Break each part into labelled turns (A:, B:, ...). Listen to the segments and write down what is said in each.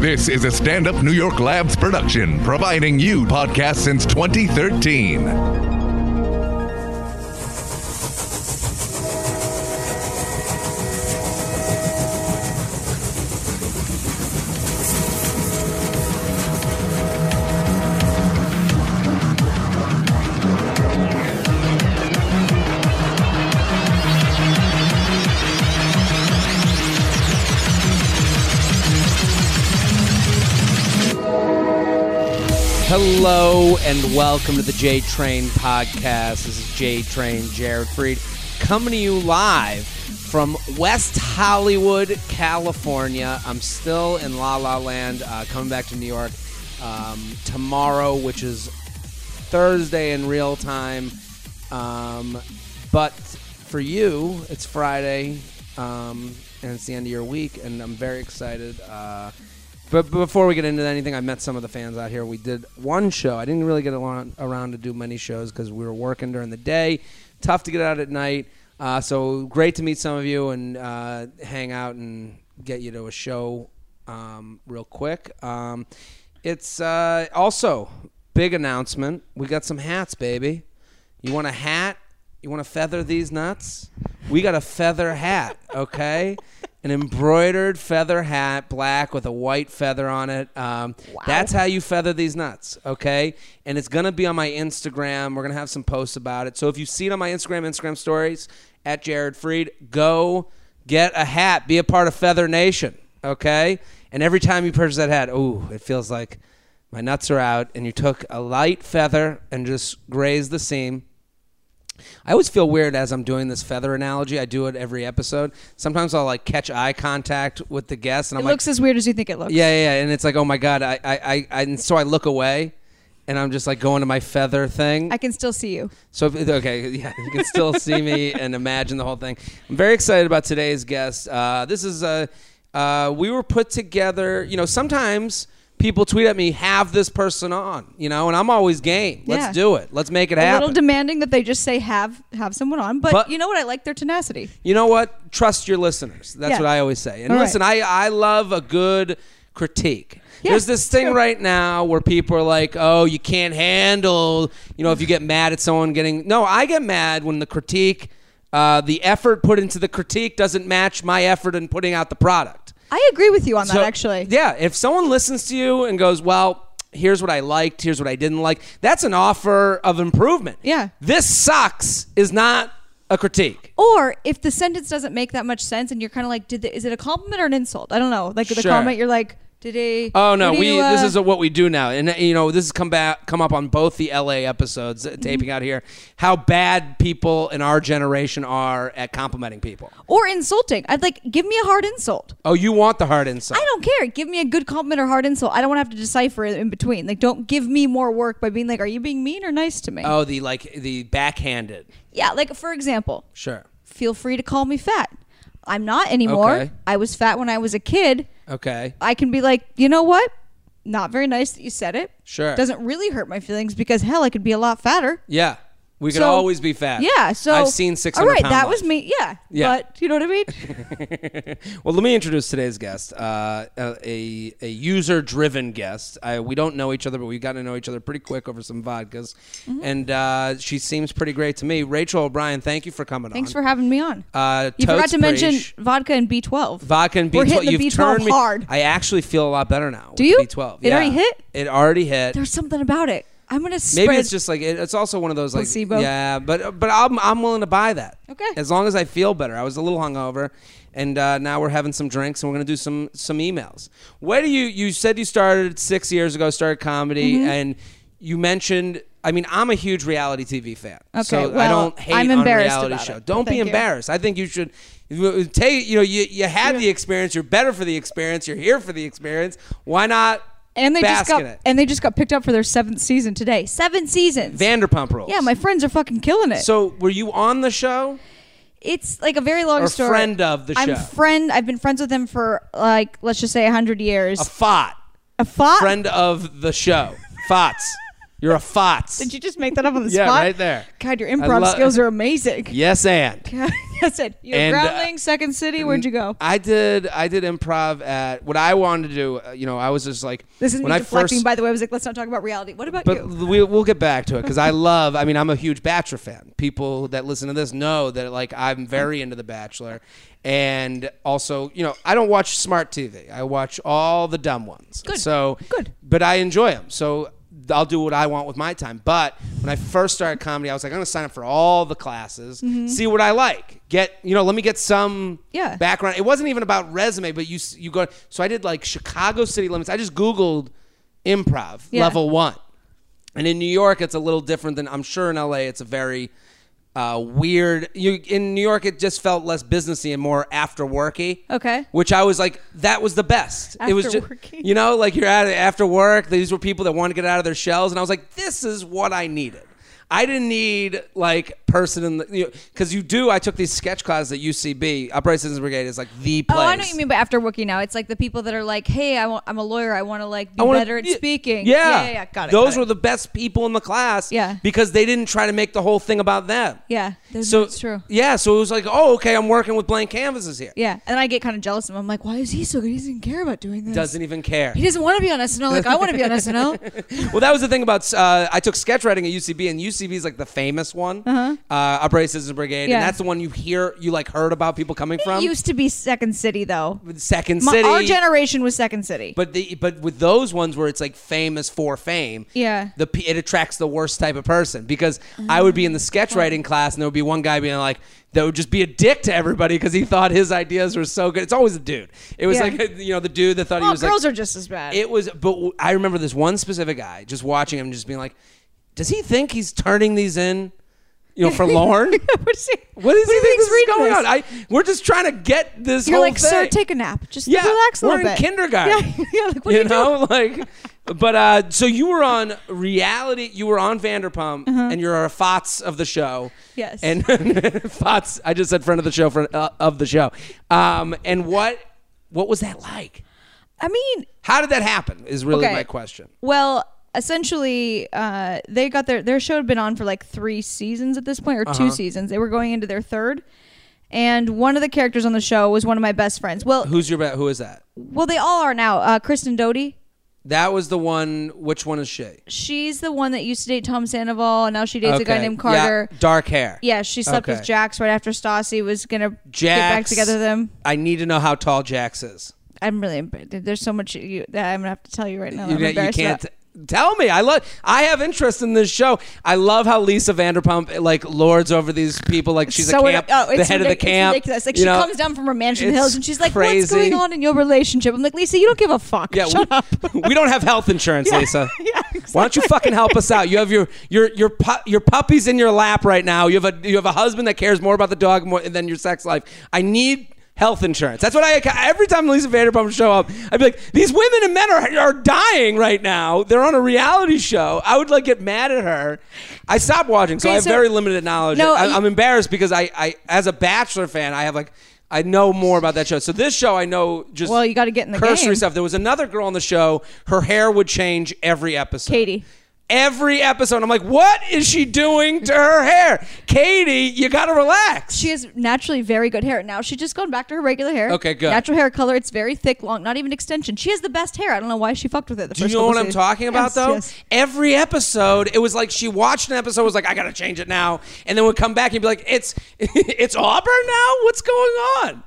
A: This is a stand up New York Labs production, providing you podcasts since 2013.
B: Hello and welcome to the J Train podcast. This is J Train Jared Freed coming to you live from West Hollywood, California. I'm still in La La Land, uh, coming back to New York um, tomorrow, which is Thursday in real time. Um, but for you, it's Friday, um, and it's the end of your week, and I'm very excited. Uh, but before we get into anything, I met some of the fans out here. We did one show. I didn't really get along, around to do many shows because we were working during the day. Tough to get out at night. Uh, so great to meet some of you and uh, hang out and get you to a show um, real quick. Um, it's uh, also big announcement. We got some hats, baby. You want a hat? You want to feather these nuts? We got a feather hat, okay? An embroidered feather hat, black with a white feather on it. Um, That's how you feather these nuts, okay? And it's gonna be on my Instagram. We're gonna have some posts about it. So if you see it on my Instagram, Instagram stories at Jared Freed, go get a hat. Be a part of Feather Nation, okay? And every time you purchase that hat, ooh, it feels like my nuts are out, and you took a light feather and just grazed the seam. I always feel weird as I'm doing this feather analogy. I do it every episode. Sometimes I'll like catch eye contact with the guest, and I'm
C: It
B: like,
C: looks as weird as you think it looks.
B: yeah, yeah, yeah, and it's like, oh my god, I, I, I, I and so I look away, and I'm just like going to my feather thing.
C: I can still see you.
B: So if- okay, yeah, you can still see me and imagine the whole thing. I'm very excited about today's guest. Uh, this is uh, uh, we were put together. You know, sometimes people tweet at me, "Have this person on," you know, and I'm always game. Let's
C: Yeah.
B: do it. Let's make it
C: A
B: happen.
C: little demanding that they just say have have someone on, but,
B: But-
C: you know what? I like their tenacity.
B: you know what? Trust your listeners. That's
C: Yeah.
B: what I always say. And
C: All right.
B: listen, I, I love a good critique.
C: Yeah,
B: There's this thing
C: true.
B: right now where people are like, "Oh, you can't handle," you know, if you get mad at someone getting. No, I get mad when the critique, uh, the effort put into the critique doesn't match my effort in putting out the product.
C: I agree with you on that
B: So,
C: actually.
B: Yeah, if someone listens to you and goes, "Well, here's what I liked, here's what I didn't like," that's an offer of improvement.
C: Yeah.
B: this sucks is not a critique.
C: Or if the sentence doesn't make that much sense and you're kind of like, did the, is it a compliment or an insult? I don't know. Like the
B: Sure.
C: comment, you're like, did he?
B: Oh no,
C: did
B: we
C: he, uh,
B: this is what we do now, and uh, you know this has come back come up on both the LA episodes
C: Mm-hmm.
B: uh, taping out here. How bad people in our generation are at complimenting people.
C: or insulting. I'd like give me a hard insult.
B: Oh, you want the hard insult?
C: I don't care. Give me a good compliment or hard insult. I don't want to have to decipher it in between. Like, don't give me more work by being like, are you being mean or nice to me?
B: Oh, the like the backhanded.
C: Yeah. Like for example,
B: Sure.
C: feel free to call me fat. I'm not anymore.
B: Okay.
C: I was fat when I was a kid.
B: Okay.
C: I can be like, you know what? Not very nice that you said it.
B: Sure.
C: Doesn't really hurt my feelings because hell, I could be a lot fatter.
B: Yeah, we could
C: So-
B: always be fat.
C: Yeah. So
B: I've seen six
C: All
B: hundred.
C: right, that was me. Yeah.
B: Yeah.
C: But you know what I mean?
B: Well, let me introduce today's guest, uh, a a user driven guest. I, we don't know each other, but we got to know each other pretty quick over some vodkas,
C: Mm-hmm.
B: and uh, she seems pretty great to me. Rachel O'Brien, thank you for coming
C: Thanks
B: on.
C: for having me on.
B: Uh,
C: you forgot
B: totes
C: to mention
B: preach.
C: vodka and B12.
B: vodka and B12.
C: We're hitting the
B: You've
C: B12
B: turned me
C: hard.
B: I actually feel a lot better now.
C: Do
B: with
C: you?
B: the B12.
C: It already
B: Yeah.
C: hit?
B: It already hit.
C: There's something about it. I'm gonna spread.
B: Maybe it's just like it, it's also one of those like
C: Placebo?
B: yeah, but but I'm I'm willing to buy that.
C: Okay.
B: As long as I feel better. I was a little hungover, and uh, now we're having some drinks and we're gonna do some some emails. Where do you you said you started six years ago? Started comedy,
C: Mm-hmm.
B: and you mentioned. I mean, I'm a huge reality TV fan,
C: Okay,
B: so I
C: well,
B: don't hate
C: I'm
B: on
C: embarrassed
B: reality
C: about
B: show.
C: it.
B: Don't be
C: Thank you.
B: embarrassed. I think you should you- take. You know, you you had the experience. You're better for the experience. You're here for the experience. Why not?
C: and they
B: bask
C: just got
B: in it.
C: and they just got picked up for their seventh season today. Seven seasons.
B: Vanderpump Rules.
C: yeah, my friends are fucking killing it.
B: So were you on the show?
C: it's like a very long
B: Or
C: story.
B: friend of the show.
C: I'm friend. I've been friends with them for like let's just say hundred years.
B: A fot.
C: A fought.
B: Friend of the show. Fots. You're a fots.
C: Did you just make that up on the
B: Yeah,
C: spot?
B: right there.
C: God, your
B: I
C: improv
B: lo-
C: skills are amazing.
B: yes, and.
C: That's it. You're
B: And, uh,
C: groundling, second city. Where'd you go?
B: I did. I did improv at what I wanted to do. uh, You know, I was just like
C: This is me
B: when I
C: deflecting.
B: first.
C: by the way, I was like, let's not talk about reality. What about
B: but
C: you?
B: we, we'll get back to it because I love. I mean, I'm a huge Bachelor fan. People that listen to this know that like I'm very into the Bachelor, and also you know I don't watch smart TV. I watch all the dumb ones.
C: Good.
B: So
C: Good.
B: but I enjoy them. So I'll do what I want with my time. But when I first started comedy, I was like, I'm going to sign up for all the classes, see what I like. Get, you know, let me get some
C: Mm-hmm. Yeah.
B: background. It wasn't even about resume, but you s- you go. So I did like Chicago city limits. I just Googled improv
C: Yeah.
B: level one. And in New York, it's a little different than I'm sure in LA. It's a very uh, weird. You in New York, it just felt less businessy and more after worky.
C: Okay.
B: which I was like, that was the best. it was just,
C: After-worky.
B: you know, like you're at it after work. These were people that wanted to get out of their shells, and I was like, this is what I needed. I didn't need like person in the because you, know, 'cause you do. I took these sketch classes at UCB. Upright Citizens Brigade is like the place.
C: Oh, I know what you mean by after working now. It's like the people that are like, hey, I want, I'm a lawyer. I want to like be
B: I wanna-
C: better at
B: yeah,
C: speaking.
B: Yeah.
C: Yeah. Yeah. yeah. Got it.
B: Those
C: got
B: were
C: it.
B: the best people in the class.
C: Yeah.
B: Because they didn't try to make the whole thing about them.
C: Yeah. That's,
B: So
C: that's true.
B: Yeah. So it was like, oh, okay, I'm working with blank canvases here.
C: Yeah. And then I get kind of jealous of him. I'm like, why is he so good? He doesn't care about doing this.
B: Doesn't even care.
C: He doesn't want to be on SNL. Like, I want to be on SNL.
B: well, that was the thing about uh, I took sketch writing at UCB, and UCB is like the famous one, uh-huh. uh, Upright Citizens Brigade,
C: Yeah.
B: and that's the one you hear, you like heard about people coming
C: It
B: from
C: used to be Second City, though.
B: Second
C: My-
B: City.
C: our generation was Second City.
B: But the but with those ones where it's like famous for fame,
C: Yeah.
B: the pe- it attracts the worst type of person because I would be
C: Mm.
B: in the sketch writing class and there would be one guy being like that would just be a dick to everybody because he thought his ideas were so good. It's always a dude. It was
C: Yeah.
B: like you know the dude that thought he
C: well,
B: was
C: girls
B: like
C: are just as bad.
B: it was. But w- I remember this one specific guy just watching him and just being like, does he think he's turning these in? You know, for Lauren.
C: what is he?
B: What is
C: do
B: he think
C: you think's
B: this is
C: reading
B: going
C: this?
B: on? I we're just trying to get this.
C: You're
B: whole
C: like, sir,
B: thing."
C: take a nap. Just
B: Yeah,
C: relax a
B: we're
C: little
B: in
C: bit.
B: kindergarten.
C: Yeah, yeah, like, what
B: you
C: are you doing?
B: know, like, but uh, so you were on reality. You were on Vanderpump, and you're a Fots of the show.
C: Uh-huh. Yes.
B: and Fots. I just said friend of the show, friend uh, of the show. Um, and what what was that like?
C: I mean,
B: How did that happen? Is really
C: Okay.
B: my question.
C: Well, essentially, uh, they got their their show had been on for like three seasons at this point, or
B: Uh-huh.
C: two seasons. They were going into their third, and one of the characters on the show was one of my best friends. Well,
B: Who's your be- who is that?
C: well, they all are now. Uh, Kristen Doty,
B: That was the one. Which one is she?
C: she's the one that used to date Tom Sandoval, and now she dates a guy
B: Okay.
C: named
B: Yeah,
C: Carter. Yeah.
B: dark hair.
C: she slept
B: Okay.
C: with Jax right after Stassi was gonna get
B: Jax.
C: back together with him.
B: I need to know how tall Jax is.
C: I'm really embar- there's so much you, that I'm gonna have to tell you right now. that
B: you,
C: I'm
B: you
C: embarrassed
B: can't
C: about.
B: tell me. I love. I have interest in this show. I love how Lisa Vanderpump like lords over these people. Like she's
C: so
B: a camp,
C: ridic- oh,
B: the
C: it's
B: head of the
C: ridic- it's
B: camp.
C: ridiculous. Like
B: you
C: she
B: know?
C: comes down from her mansion in the
B: It's
C: hills and she's like, "What's
B: crazy.
C: going on in your relationship?" I'm like, "Lisa, you don't give a fuck.
B: Yeah,
C: Shut
B: we,
C: up."
B: we don't have health insurance, Lisa.
C: yeah,
B: Why don't you fucking help us out? You have your your your pu- your puppies in your lap right now. You have a you have a husband that cares more about the dog more than your sex life. I need health insurance. That's what I every time Lisa Vanderpump would show up, I'd be like, these women and men are are dying right now. They're on a reality show. I would like get mad at her. I stopped watching, so
C: Okay,
B: I have
C: so-
B: very limited knowledge.
C: No,
B: I,
C: you-
B: I'm embarrassed because I I as a Bachelor fan, I have like. I know more about that show. So this show, I know just
C: Well, you gotta get in the
B: cursory
C: game.
B: stuff stuff. There was another girl on the show. Her hair would change every episode.
C: Katie.
B: Every episode, I'm like, what is she doing to her hair? Katie, you gotta relax.
C: She has naturally very good hair. Now she's just gone back to her regular hair.
B: Okay, good.
C: Natural hair color. It's very thick, long, not even extension. She has the best hair. I don't know why she fucked with it. The
B: do
C: first
B: you know
C: couple
B: what I'm
C: seasons.
B: talking about
C: Yes,
B: though?
C: yes.
B: Every episode, it was like she watched an episode, was like, I gotta change it now, and then would come back and be like, it's it's Auburn now. What's going on?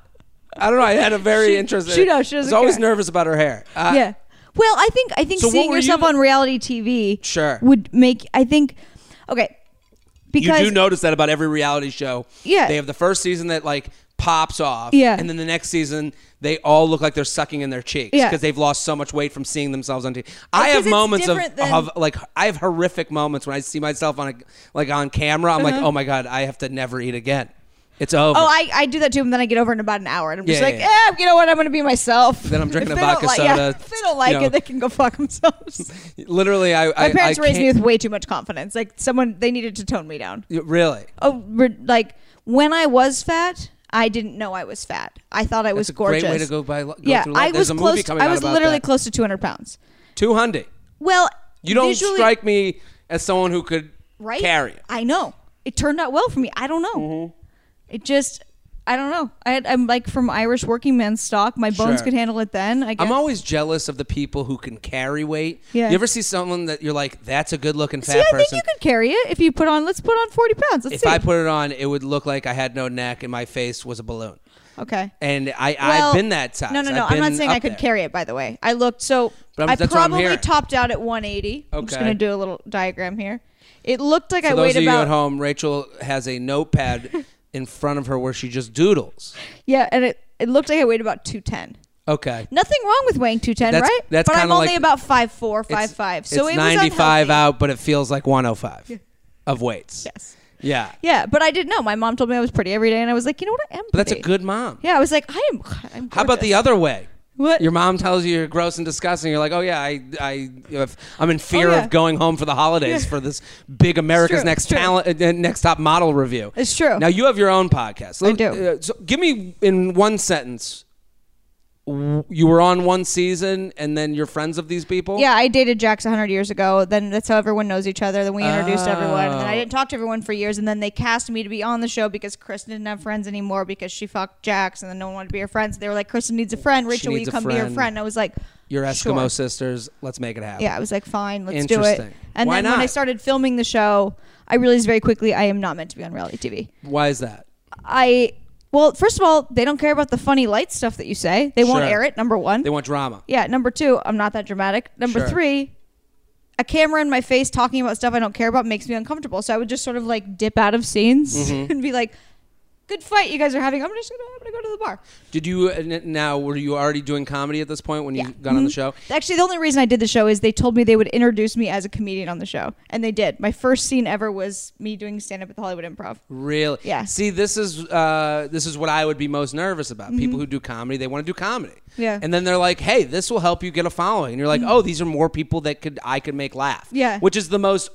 B: I don't know. I had a very
C: She-
B: interesting.
C: she knows, she
B: I was
C: doesn't
B: always
C: care.
B: nervous about her hair. Uh,
C: yeah. Well, I think I think
B: So what
C: seeing
B: were
C: yourself
B: you-
C: on reality TV
B: Sure.
C: would make I think okay
B: you
C: because
B: do notice that about every reality show.
C: Yeah.
B: They have the first season that like pops off.
C: Yeah.
B: And then the next season they all look like they're sucking in their cheeks
C: Yeah.
B: because they've lost so much weight from seeing themselves on TV. I
C: Because
B: have
C: it's
B: moments of,
C: different than-
B: of like I have horrific moments when I see myself on a, like on camera. I'm like, oh my god, I have to never eat again. It's over.
C: Uh-huh. Oh, I, I do that too, and then I get over in about an hour, and I'm just
B: Yeah,
C: like,
B: yeah, yeah.
C: eh, you know what? I'm gonna be myself.
B: Then I'm drinking
C: If
B: a
C: they don't
B: vodka
C: like- Yeah,
B: soda,
C: if they don't like
B: you know.
C: it, they can go fuck themselves.
B: Literally, I
C: My parents
B: I, I
C: raised me
B: can't-
C: with way too much confidence. Like someone, they needed to tone me down.
B: really.
C: Oh, re- like when I was fat, I didn't know I was fat. I thought I was
B: a great
C: gorgeous.
B: way to go by li- go
C: yeah,
B: through life.
C: I
B: There's
C: was
B: a movie
C: close.
B: coming
C: I
B: out
C: was
B: about
C: literally
B: that.
C: close to 200 pounds.
B: Two hundred.
C: Well,
B: You don't
C: visually-
B: strike me as someone who could
C: right?
B: carry it. Mm-hmm.
C: I know. It turned out well for me. I don't know. It just I don't know. I had, I'm like from Irish working man stock. My bones
B: Sure.
C: could handle it then. I guess.
B: I'm always jealous of the people who can carry weight.
C: Yeah.
B: You ever see someone that you're like, that's a good looking fat
C: See, I think
B: person?
C: you could carry it if you put on. Let's put on 40 pounds. Let's
B: if
C: see.
B: I put it on, it would look like I had no neck and my face was a balloon.
C: okay.
B: And I, I've
C: Well,
B: been that size.
C: No, no,
B: I've
C: no. I'm not
B: been
C: saying I
B: up
C: could
B: there.
C: carry it. By the way, I looked so.
B: But I'm-
C: I
B: that's what I'm
C: probably
B: hearing.
C: topped out at 180. I'm just
B: Okay.
C: gonna do a little diagram here. It looked like I
B: For
C: weighed
B: those of you
C: about
B: at home, Rachel has a notepad in front of her where she just doodles.
C: yeah, and it, it looked like I weighed about 210.
B: Okay.
C: Nothing wrong with weighing 210,
B: That's-
C: right?
B: that's
C: but I'm
B: kinda
C: only
B: like-
C: about 5'4",
B: It's-
C: 5'5".
B: it's
C: So it
B: 95
C: was unhealthy.
B: out, but it feels like 105 of weights.
C: Yes.
B: Yeah.
C: Yeah, but I didn't know. My mom told me I was pretty every day, and I was like, you know what, I am.
B: But that's a
C: pretty.
B: good mom.
C: Yeah, I was like, I am. I'm
B: How about the
C: gorgeous.
B: other way?
C: What?
B: Your mom tells you you're gross and disgusting. You're like, oh yeah, I, I, if- I'm in fear
C: yeah.
B: of going home for the holidays for this big America's
C: true,
B: Next
C: it's true.
B: Talent, uh, Next Top Model review.
C: It's true.
B: Now you have your own podcast.
C: I do.
B: Uh, so give me in one sentence. w- You were on one season, and then you're friends of these people.
C: Yeah, I dated Jax 100 years ago. Then that's how everyone knows each other. Then we introduced everyone. And then
B: Oh.
C: I didn't talk to everyone for years. And then they cast me to be on the show because Kristen didn't have friends anymore because she fucked Jax and then no one wanted to be her friends. They were like, Kristen needs a friend. Rachel, will
B: needs
C: you
B: a
C: come be her
B: friend.
C: friend? And I was like,
B: Your Eskimo
C: "Sure."
B: sisters. Let's make it happen.
C: Yeah, I was like, fine, let's do it.
B: Interesting.
C: And
B: Why
C: then when I
B: not?
C: started filming the show, I realized very quickly I am not meant to be on reality TV.
B: Why is that?
C: I, well, first of all, they don't care about the funny light stuff that you say. They won't
B: Sure.
C: air it, number one.
B: They want drama.
C: Yeah. Number two, I'm not that dramatic. Number
B: Sure.
C: three, a camera in my face talking about stuff I don't care about makes me uncomfortable. So I would just sort of like dip out of scenes
B: Mm-hmm.
C: and be like, "Good fight, you guys are having. I'm just gonna, I'm gonna go to the bar."
B: Did you uh, n- now? Were you already doing comedy at this point when you
C: Yeah. Mm-hmm.
B: got on the show?
C: Actually, the only reason I did the show is they told me they would introduce me as a comedian on the show, and they did. My first scene ever was me doing stand up at the Hollywood Improv.
B: Really?
C: Yeah.
B: See, this is uh, this is what I would be most nervous about. People who do comedy, they want to do comedy.
C: Mm-hmm. Yeah. Mm-hmm.
B: And then they're like, "Hey, this will help you get a following." And you're like, "Oh, these are more people that could I could make laugh."
C: Yeah.
B: Which is the most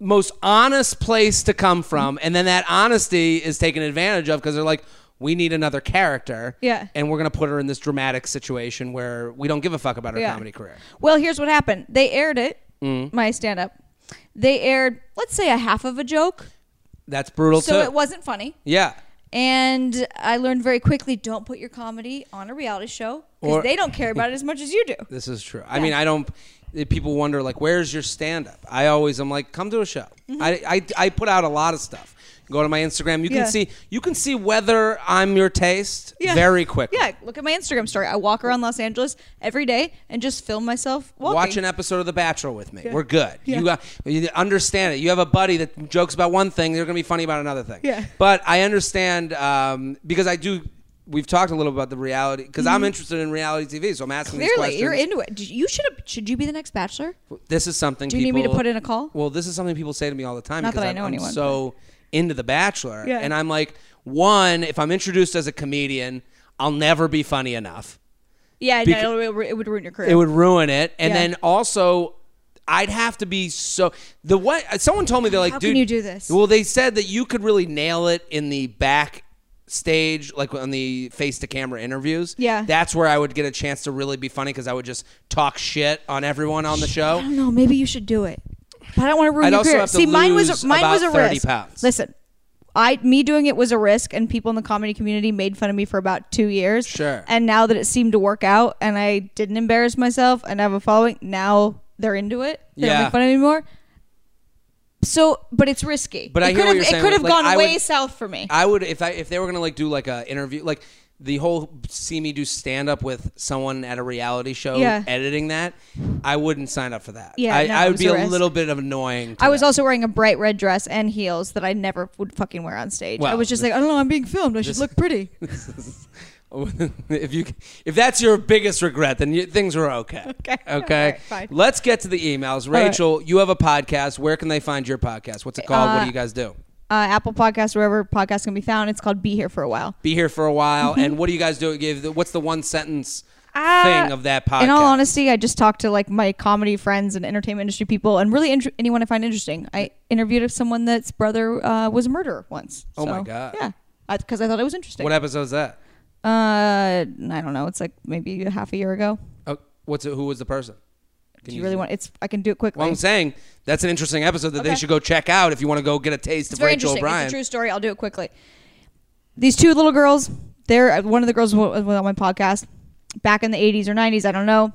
B: most honest place to come
C: Mm-hmm.
B: from, and then that honesty is taken advantage of because they're like. We need another character.
C: Yeah.
B: And we're going to put her in this dramatic situation where we don't give a fuck about her
C: Yeah.
B: comedy career.
C: Well, here's what happened. They aired it,
B: Mm.
C: my stand up. They aired, let's say, a half of a joke,
B: That's brutal
C: so
B: too.
C: it wasn't funny.
B: yeah.
C: And I learned very quickly don't put your comedy on a reality show
B: Or-
C: because they don't care about it as much as you do.
B: This is true. I mean, I don't. eh, People wonder like, where's your stand up? I always am like, come to a show.
C: Mm-hmm.
B: I, I I put out a lot of stuff. Go to my Instagram. You
C: Yeah.
B: can see you can see whether I'm your taste
C: Yeah.
B: very quickly.
C: Yeah, look at my Instagram story. I walk around Los Angeles every day and just film myself walking.
B: Watch an episode of The Bachelor with me. We're good.
C: Yeah.
B: You got you understand it. You have a buddy that jokes about one thing, they're going to be funny about another thing.
C: Yeah.
B: But I understand um, because I do. We've talked a little about the reality because I'm interested in reality TV, so I'm asking these
C: Mm-hmm. Clearly,
B: questions.
C: you're into it. Did- You should have. Should you be the next Bachelor?
B: This is something.
C: Do you need
B: people,
C: me to put in a call?
B: Well, this is something people say to me all the time
C: Not
B: because
C: that I
B: I'm,
C: know
B: I'm
C: anyone,
B: so into The Bachelor,
C: Yeah.
B: and I'm like, one, if I'm introduced as a comedian, I'll never be funny enough.
C: Yeah,
B: Beca-
C: no, it would- it would ruin your career.
B: It would ruin it, and
C: Yeah.
B: then also. I'd have to be so the what someone told me they're like
C: How
B: dude
C: can you do this?
B: well they said that you could really nail it in the back stage like on the face to camera interviews
C: Yeah.
B: that's where I would get a chance to really be funny because I would just talk shit on everyone on the show
C: I don't know. Maybe you should do it. But I don't want to ruin
B: I'd
C: your
B: also
C: career.
B: have to
C: See, mine was
B: lose
C: a, mine
B: about
C: was a
B: 30
C: risk.
B: pounds.
C: Listen, I me doing it was a risk, and people in the comedy community made fun of me for about two years.
B: Sure.
C: And now that it seemed to work out, and I didn't embarrass myself, and I have a following, now they're into it. They
B: Yeah.
C: don't make fun of me anymore. So, but it's risky.
B: But
C: it
B: I hear what
C: could have,
B: you're
C: It
B: saying,
C: could have
B: like,
C: gone
B: I
C: way
B: would-
C: south for me.
B: I would if I if they were gonna like do like a interview like the whole see me do stand up with someone at a reality show
C: Yeah.
B: editing that I wouldn't sign up for that.
C: Yeah,
B: I,
C: no,
B: I
C: it
B: would
C: was
B: be
C: a
B: a
C: risk.
B: little bit of annoying. To
C: I was
B: that.
C: also wearing a bright red dress and heels that I never would fucking wear on stage. I
B: Well,
C: was just like, I don't know, I'm being filmed. I should look pretty.
B: if you if that's your biggest regret, then you, things are okay.
C: Okay.
B: Okay.
C: All right, fine.
B: Let's get to the emails. Rachel, you have a podcast. Where can they find your podcast? What's it called? what do you guys do?
C: uh, Apple Podcast, wherever podcasts can be found. It's called Be Here for a While.
B: Be here for a
C: Mm-hmm.
B: while. and what do you guys do? Give the- what's the one sentence thing of that podcast?
C: Uh, In all honesty, I just talked to like my comedy friends and entertainment industry people, and really inter- anyone I find interesting. I interviewed someone that's brother uh, was a murderer once.
B: Oh my
C: So,
B: God.
C: Yeah, because I, thought it was interesting.
B: what episode is that?
C: uh, I don't know. It's like maybe a half a year ago.
B: Oh, what's it, who was the person? Can
C: Do you really want? It's I can do it quickly.
B: Well, I'm saying that's an interesting episode that they
C: Okay.
B: should go check out if you want to go get a taste
C: it's
B: of
C: very
B: Rachel
C: interesting.
B: O'Brien.
C: It's a true story. I'll do it quickly. these two little girls. They're uh, one of the girls wa- was on my podcast back in the 80s or 90s. I don't know.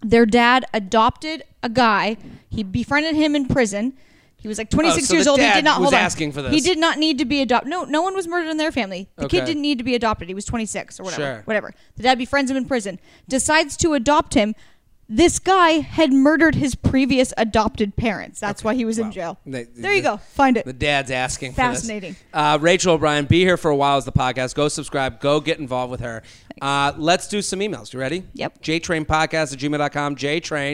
C: Their dad adopted a guy. He befriended him in prison. He was like 26
B: Oh, so
C: years
B: the
C: old. he
B: dad
C: did not
B: was
C: hold on.
B: asking for this.
C: He did not need to be adopted. No, no one was murdered in their family. The kid
B: Okay.
C: didn't need to be adopted. He was 26 or whatever.
B: Sure.
C: Whatever. The dad befriends him in prison. Decides to adopt him. This guy had murdered his previous adopted parents. That's why he was in jail.
B: They-
C: there you
B: the-
C: go. Find it.
B: The dad's asking for this.
C: Fascinating.
B: Uh, Rachel O'Brien, be here for a while is the podcast. Go subscribe. Go get involved with her. Uh, let's do some emails. You ready?
C: Yep.
B: JTrainPodcast at gmail.com.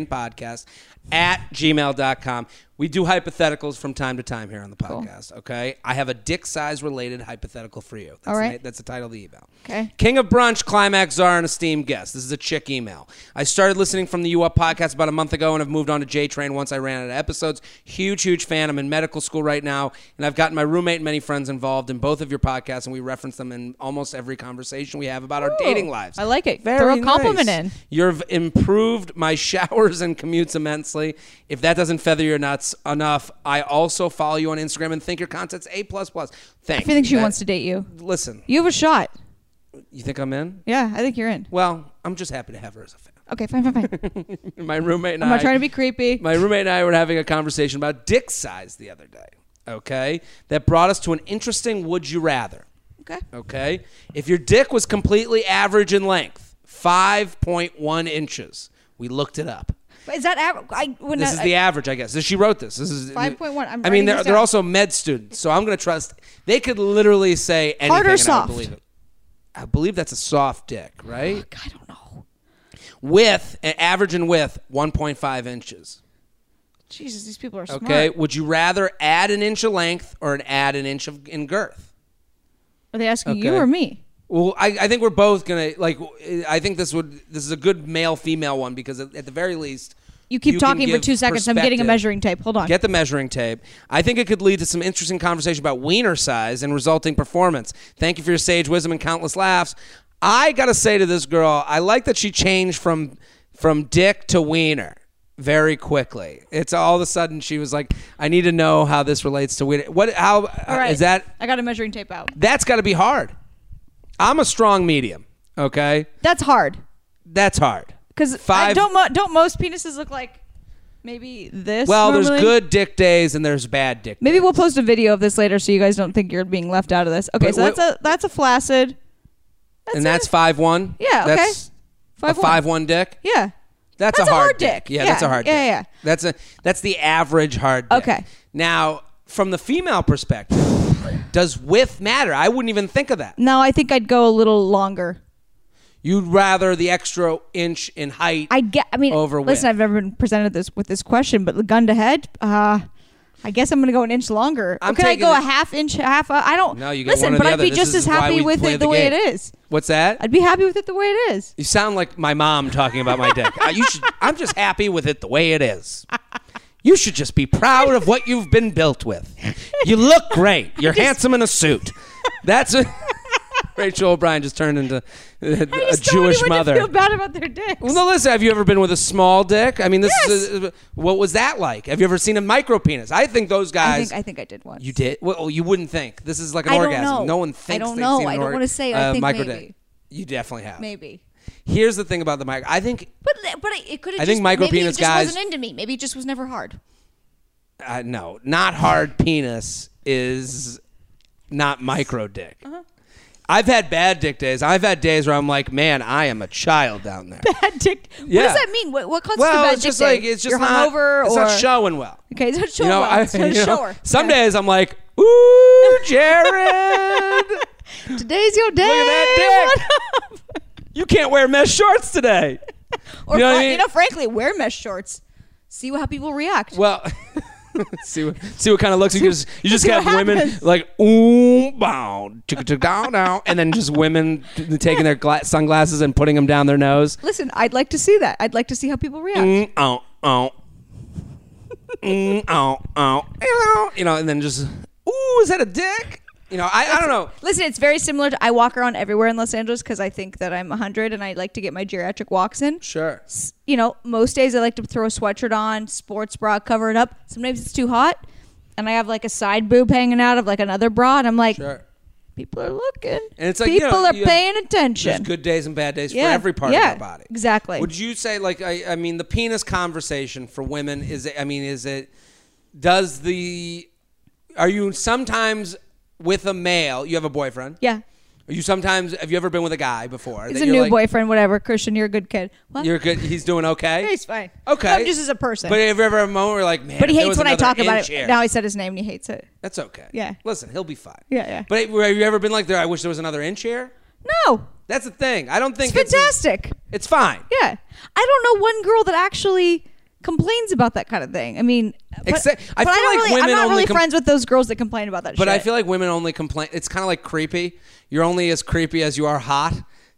B: JTrainPodcast at gmail.com. We do hypotheticals from time to time here on the podcast, okay? I have a dick size related hypothetical for you. That's
C: All right.
B: the- that's the title of the email.
C: Okay.
B: King of Brunch, Climax Czar, and esteemed guest. This is a chick email. I started listening from the U Up podcast about a month ago and have moved on to J Train once I ran out of episodes. Huge, huge fan. I'm in medical school right now, and I've gotten my roommate and many friends involved in both of your podcasts, and we reference them in almost every conversation we have about our dating lives.
C: I like it. Throw a compliment in.
B: You've improved my showers and commutes immensely. If that doesn't feather your nuts enough, I also follow you on Instagram and think your content's A. plus plus. Thanks.
C: I think she wants to date you.
B: Listen,
C: You have a shot.
B: you think I'm in?
C: Yeah, I think you're in.
B: Well, I'm just happy to have her as a fan.
C: Okay, fine, fine, fine.
B: My roommate and
C: I'm
B: I.
C: not trying to be creepy.
B: My roommate and I were having a conversation about dick size the other day. Okay, that brought us to an interesting "Would you rather."
C: okay.
B: Okay, if your dick was completely average in length, five point one inches. We looked it up.
C: But is that av- I when
B: This
C: I-
B: is the average, I guess. She wrote this. This is
C: 5.1. I'm
B: I
C: writing
B: mean, they're,
C: this
B: they're
C: down.
B: also med students, so I'm going to trust. They could literally say anything.
C: Hard
B: and
C: or
B: I would
C: soft?
B: believe it. I believe that's a soft dick, right?
C: I don't know.
B: Width, an average in width, 1.5 inches.
C: Jesus, these people are smart.
B: Okay. Would you rather add an inch of length or an add an inch of in girth?
C: Are they asking you
B: Okay.
C: or me?
B: Well, I, I think we're both gonna like. w- I think this would this is a good male female one because at, at the very least
C: You keep
B: can
C: talking for
B: give
C: two seconds. I'm getting a
B: perspective.
C: measuring tape. Hold on.
B: Get the measuring tape. I think it could lead to some interesting conversation about wiener size and resulting performance. Thank you for your sage wisdom and countless laughs. I gotta say to this girl, I like that she changed from from dick to wiener very quickly. It's all of a sudden she was like, I need to know how this relates to wiener. What? How uh, is
C: All right.
B: that?
C: I got a measuring tape out.
B: That's got to be hard. I'm a strong medium. Okay,
C: That's hard.
B: that's hard.
C: Because
B: Five-
C: don't mo- don't most penises look like maybe this?
B: Well, there's
C: normally?
B: good dick days and there's bad dick.
C: Maybe we'll post a video of this later so you guys don't think you're being left out of this. Okay,
B: But
C: so
B: what-
C: that's a that's a flaccid. That's
B: and
C: a-
B: that's five one.
C: Yeah, okay.
B: That's a
C: one.
B: five one dick.
C: Yeah.
B: That's, a, hard dick. Yeah, that's a hard
C: Yeah,
B: dick.
C: yeah.
B: That's a that's the average hard dick.
C: Okay.
B: Now, from the female perspective, does width matter? I wouldn't even think of that.
C: No, I think I'd go a little longer.
B: You'd rather the extra inch in height.
C: I get. I mean,
B: over
C: listen,
B: width.
C: I've never been presented this with this question, but the gun to head, uh, I guess I'm going to go an inch longer.
B: I'm
C: or could I
B: taking
C: go
B: it-
C: a half inch, half? A, I don't.
B: No, you get
C: listen,
B: one or
C: but
B: the
C: I'd
B: other.
C: be
B: This
C: just
B: is
C: as
B: why
C: happy
B: we
C: with
B: play
C: it the,
B: the
C: way it
B: game.
C: is.
B: What's that?
C: I'd be happy with it the way it is.
B: You sound like my mom talking about my dick. Uh, you should, I'm just happy with it the way it is. You should just be proud of what you've been built with. You look great. You're handsome in a suit. That's a, Rachel O'Brien just turned into uh,
C: I
B: a
C: just don't want
B: Jewish
C: anyone
B: mother.
C: To feel bad about their dicks.
B: Well, no, listen. Have you ever been with a small dick? I mean, this is uh, what was that like? Have you ever seen a micro penis? I think those
C: I
B: guys.
C: think I think I did once.
B: you did. Well, you wouldn't think this is like an
C: I don't
B: orgasm.
C: know.
B: No one
C: I
B: thinks.
C: don't
B: they've
C: know.
B: seen
C: I
B: an
C: don't
B: org-
C: wanna say. I
B: uh,
C: think
B: micro
C: maybe.
B: dick. You definitely have.
C: maybe.
B: Here's the thing about the micro. I think
D: But li- but it- it could have.
B: I think
D: just,
B: micro
D: maybe
B: penis
D: it just
B: guys-
D: wasn't into me. Maybe it just was never hard.
B: uh, no, not hard penis is not micro dick. I've had bad dick days. I've had days where I'm like, man, I am a child down there.
C: Bad dick.
B: Yeah.
D: What does that mean? What, what constitutes a
B: well,
D: bad
B: it's
D: dick
B: just
D: day?
B: like it's just
C: You're
B: not
C: hungover
B: it's
C: or-
B: not showing well.
C: Okay, so sure.
B: You know, I,
C: so
B: you know,
C: sure.
B: Some
C: Okay.
B: days I'm like, ooh, Jared, look
C: today's your day.
B: at that dick. You can't wear mesh shorts today.
C: Or
B: You know what I
C: fr-
B: mean?
C: you know, frankly, wear mesh shorts. See how people react.
B: Well, see what see what kind of looks you just you just
C: see
B: got
C: what
B: women
C: happens.
B: like ooh bow chicka, chicka, down down, and then just women t- taking their gla- sunglasses and putting them down their nose.
C: Listen, I'd like to see that. I'd like to see how people react.
B: Mm, oh oh. Mm, oh oh. Hello. You know, and then just ooh, is that a dick? You know, I, I don't know.
C: Listen, it's very similar to I walk around everywhere in Los Angeles because I think that I'm 100 and I like to get my geriatric walks in.
B: Sure.
C: S- You know, most days I like to throw a sweatshirt on, sports bra, cover it up. Sometimes it's too hot and I have like a side boob hanging out of like another bra and I'm like,
B: Sure.
C: People are looking.
B: And it's like, you
C: people
B: know,
C: are
B: you have-
C: paying
B: There's
C: attention.
B: good days and bad days
C: Yeah,
B: for every part
C: yeah,
B: of our body.
C: exactly.
B: Would you say like I, I mean the penis conversation for women is it, I mean is it does the are you sometimes with a male you have a boyfriend?
C: Yeah.
B: Are you sometimes have you ever been with a guy before?
C: He's
B: that
C: a
B: you're
C: new
B: like,
C: boyfriend, whatever. Christian, you're a good kid. What?
B: You're good. He's doing okay.
C: Yeah, he's fine.
B: Okay.
C: No, just as a person.
B: But have you ever had a moment where like man?
C: but he
B: if there was
C: hates when I
B: another
C: talk about it.
B: inch here-
C: Now I said his name and he hates it.
B: That's okay.
C: Yeah.
B: Listen, he'll be fine.
C: Yeah, yeah.
B: But have you ever been like there? I wish there was another inch here.
C: No.
B: That's the thing. I don't
C: It's
B: think a-
C: fantastic.
B: it's fine.
C: yeah. I don't know one girl that actually complains about that kind of thing. I mean, but,
B: Except- I
C: but
B: feel
C: don't
B: like
C: really,
B: women
C: I'm not
B: only
C: really
B: com-
C: friends with those girls that complain about that
B: But
C: shit.
B: I feel like women only complain. It's kind of like creepy. You're only as creepy as you are hot.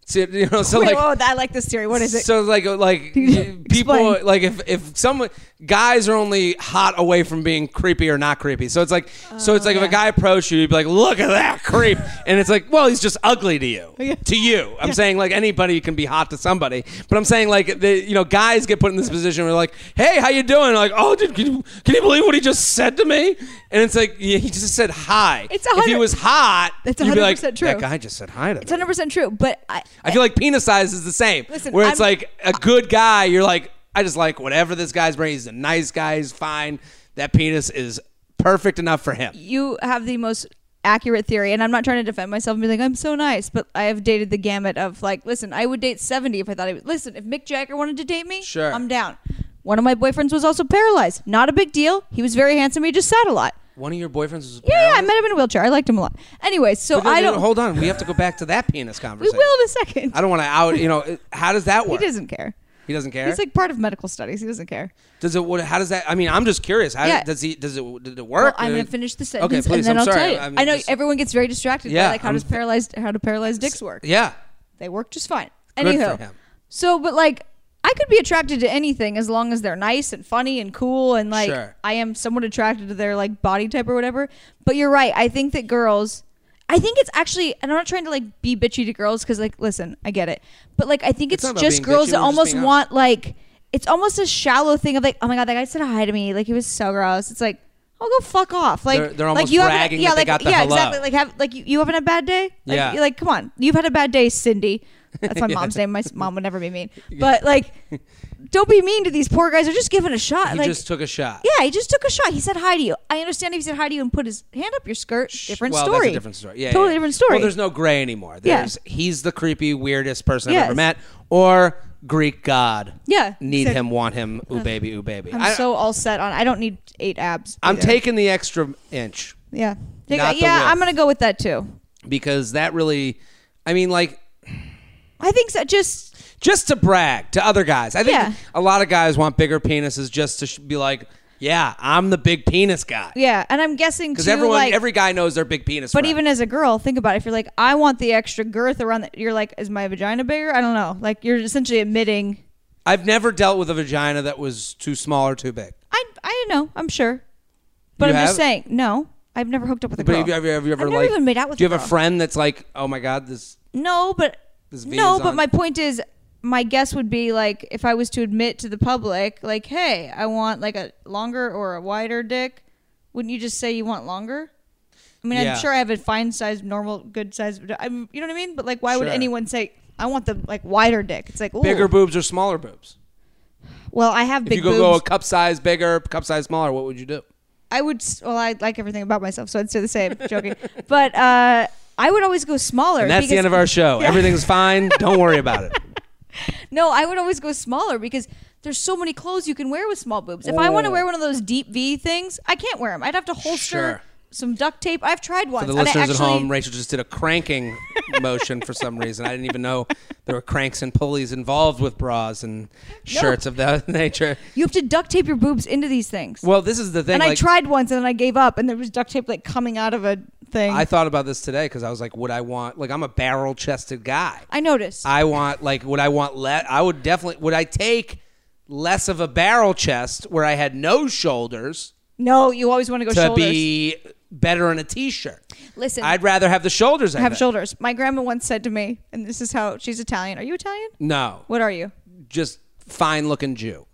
B: So, you know, so
C: Wait,
B: like,
C: whoa, I like this theory. What is it?
B: so like, like
C: Explain.
B: people like if if someone guys are only hot away from being creepy or not creepy. So it's like, so it's like if
C: Oh, yeah.
B: a guy approached you, you'd be like, look at that creep, and it's like, well, he's just ugly to you.
C: Yeah.
B: To you, I'm saying like anybody can be hot to somebody, but I'm saying like the you know guys get put in this position where like, hey, how you doing? Like, oh, did can you, can you believe what he just said to me? And it's like yeah, he just said hi.
C: It's
B: if he
C: 100
B: was hot,
C: It's
B: you'd be like,
C: 100% true.
B: That guy just said hi to
C: It's
B: me.
C: 100% true, but I,
B: I feel like penis size is the same.
C: Listen,
B: where it's
C: I'm-
B: like a good guy, you're like, I just like whatever this guy's bringing. He's a nice guy. He's fine. That penis is perfect enough for him.
C: you have the most accurate theory and i'm not trying to defend myself and be like i'm so nice but i have dated the gamut of like listen i would date 70 if i thought he was listen if mick jagger wanted to date me
B: Sure.
C: i'm down one of my boyfriends was also paralyzed not a big deal he was very handsome he just sat a lot
B: One of your boyfriends was
C: yeah, yeah i met him in a wheelchair i liked him a lot anyway so i don't
B: Hold on, we have to go back to that penis
C: we
B: conversation.
C: will in a second
B: I don't want to out. You know, how does that
C: he
B: work?
C: doesn't care
B: He doesn't care.
C: he's like part of medical studies he doesn't care
B: does it? What? How does that? I mean, I'm just curious. How
C: Yeah.
B: does he? Does it? Did it
C: well,
B: work?
C: i'm gonna
B: Did-
C: finish the sentence
B: Okay, please.
C: and then
B: I'm
C: will
B: sorry.
C: tell you
B: I'm
C: know
B: just-
C: everyone gets very distracted
B: Yeah,
C: by like how
B: I'm-
C: does paralyzed how do paralyzed dicks work
B: Yeah.
C: They work just fine.
B: Good for
C: Anyhow,
B: him.
C: so but like I could be attracted to anything as long as they're nice and funny and cool and like
B: Sure.
C: I am somewhat attracted to their like body type or whatever. But you're right. I think that girls I think it's actually and I'm not trying to like be bitchy to girls because like listen, I get it. But like I think
B: It's
C: it's,
B: not about
C: just
B: being
C: girls
B: bitchy,
C: that
B: we're just
C: almost
B: being
C: want like it's almost a shallow thing of like, oh my god, that guy said hi to me. Like he was so gross. It's like I'll go fuck off. Like
B: They're- they're almost
C: like you haven't-
B: bragging
C: yeah,
B: that they
C: like,
B: got the
C: yeah,
B: hello.
C: exactly. Like have like you, you having a bad day? Like,
B: Yeah.
C: you're Like come on, you've had a bad day, Cindy. That's my mom's name. My s- mom would never be mean, but like, don't be mean to these poor guys. They're just giving a shot.
B: He
C: like,
B: just took a shot.
C: yeah, he just took a shot. He said hi to you. I understand if he said hi to you and put his hand up your skirt. Different
B: well,
C: story.
B: That's a different story. Yeah,
C: totally
B: yeah.
C: different story.
B: Well, there's no gray anymore.
C: Yeah.
B: There's he's the creepy weirdest person I've
C: Yes.
B: ever met, or Greek god.
C: Yeah,
B: need
C: said-
B: him, want him, ooh baby, ooh baby.
C: I'm
B: I-
C: so all set on. I don't need eight abs.
B: I'm
C: either.
B: taking the extra inch
C: Yeah. Take-
B: Not the
C: yeah,
B: width.
C: I'm gonna go with that too.
B: because that really, I mean, like
C: I think so. Just
B: just to brag to other guys. I think
C: Yeah.
B: a lot of guys want bigger penises just to sh- be like, yeah, I'm the big penis guy.
C: yeah, and I'm guessing
B: Because
C: too,
B: everyone,
C: like,
B: every guy knows their big penis.
C: But
B: friend.
C: even as a girl, think about it. If you're like, I want the extra girth around, the, you're like, is my vagina bigger? I don't know. Like you're essentially admitting,
B: I've never dealt with a vagina that was too small or too big.
C: I I don't know. I'm sure, but
B: You
C: I'm
B: have?
C: just saying, no, I've never hooked up with a
B: But
C: girl.
B: have you, have you- have you ever
C: I've
B: like?
C: never even made out with.
B: do you have a
C: girl.
B: friend that's like, oh my god, this
C: No, but
B: This V
C: no,
B: is
C: but
B: on.
C: my point is, my guess would be like if I was to admit to the public, like, hey, I want like a longer or a wider dick. Wouldn't you just say you want longer? I mean,
B: Yeah.
C: I'm sure I have a fine size, normal, good size. I'm, you know what I mean? But like, why would
B: Sure.
C: anyone say? I want the like wider dick. It's like ooh.
B: bigger boobs or smaller boobs?
C: Well, I have
B: If
C: big
B: you could
C: boobs.
B: go a cup size bigger, cup size smaller, what would you do?
C: I would. s- Well, I like everything about myself, so I'd say the same. joking, but uh, I would always go smaller.
B: And that's the
C: because-
B: end of our show. Everything's fine. Don't worry about it.
C: No, I would always go smaller because there's so many clothes you can wear with small boobs. If I want to
B: Oh.
C: wear one of those deep V things, I can't wear them. I'd have to holster
B: Sure.
C: some duct tape. I've tried once.
B: For the
C: and I
B: listeners at
C: actually-
B: home, Rachel just did a cranking motion for some reason. I didn't even know there were cranks and pulleys involved with bras and shirts of that nature.
C: you have to duct tape your boobs into these things.
B: Well, this is the thing.
C: and I
B: like,
C: tried once, and then I gave up, and there was duct tape like coming out of a thing.
B: I thought about this today because I was like, would I want like I'm a barrel chested guy.
C: I noticed.
B: I want like would I want let I would definitely would I take less of a barrel chest where I had no shoulders
C: no, you always want to go
B: to
C: shoulders.
B: be better in a t-shirt.
C: Listen.
B: I'd rather have the shoulders. I
C: have
B: bet.
C: shoulders. My grandma once said to me, and this is how she's Italian. Are you Italian?
B: No,
C: What are you?
B: just fine looking Jew.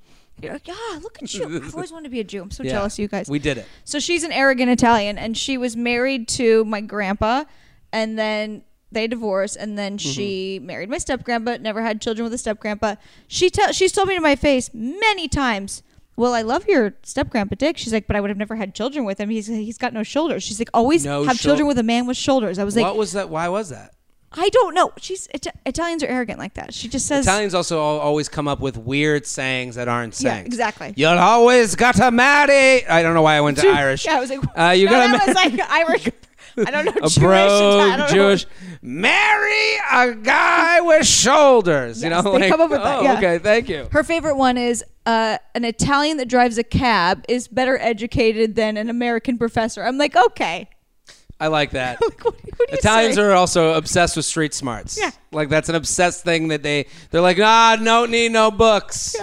C: You're like, ah, look at you. I've always wanted to be a Jew. I'm so
B: Yeah.
C: jealous of you guys.
B: We did it.
C: So she's an arrogant Italian, and she was married to my grandpa, and then they divorced, and then she
B: Mm-hmm.
C: married my step grandpa, never had children with a step grandpa. She tell she's told me to my face many times. Well, I love your step grandpa Dick. She's like, but I would have never had children with him. He's he's got no shoulders. She's like, always
B: No
C: have
B: shou-
C: children with a man with shoulders. I was like,
B: what was that? Why was that?
C: I don't know. She's Ita- Italians are arrogant like that. She just says
B: Italians also al- always come up with weird sayings that aren't
C: Yeah,
B: sayings.
C: exactly.
B: You'll always gotta marry. I don't know why I went to Irish.
C: Yeah, I was like,
B: uh, you
C: no,
B: gotta ma-
C: that was like Irish. I don't know.
B: a
C: Jewish, Italian, I
B: brogue
C: don't know.
B: Jewish. Marry a guy with shoulders. you
C: Yes,
B: know,
C: they
B: like,
C: come up with that,
B: oh,
C: yeah.
B: Okay, thank you.
C: Her favorite one is uh, an Italian that drives a cab is better educated than an American professor. I'm like, okay.
B: I like that.
C: Like, what, what do you
B: Italians
C: say?
B: are also obsessed with street smarts.
C: Yeah.
B: Like that's an obsessed thing that they they're like, ah, don't need no books.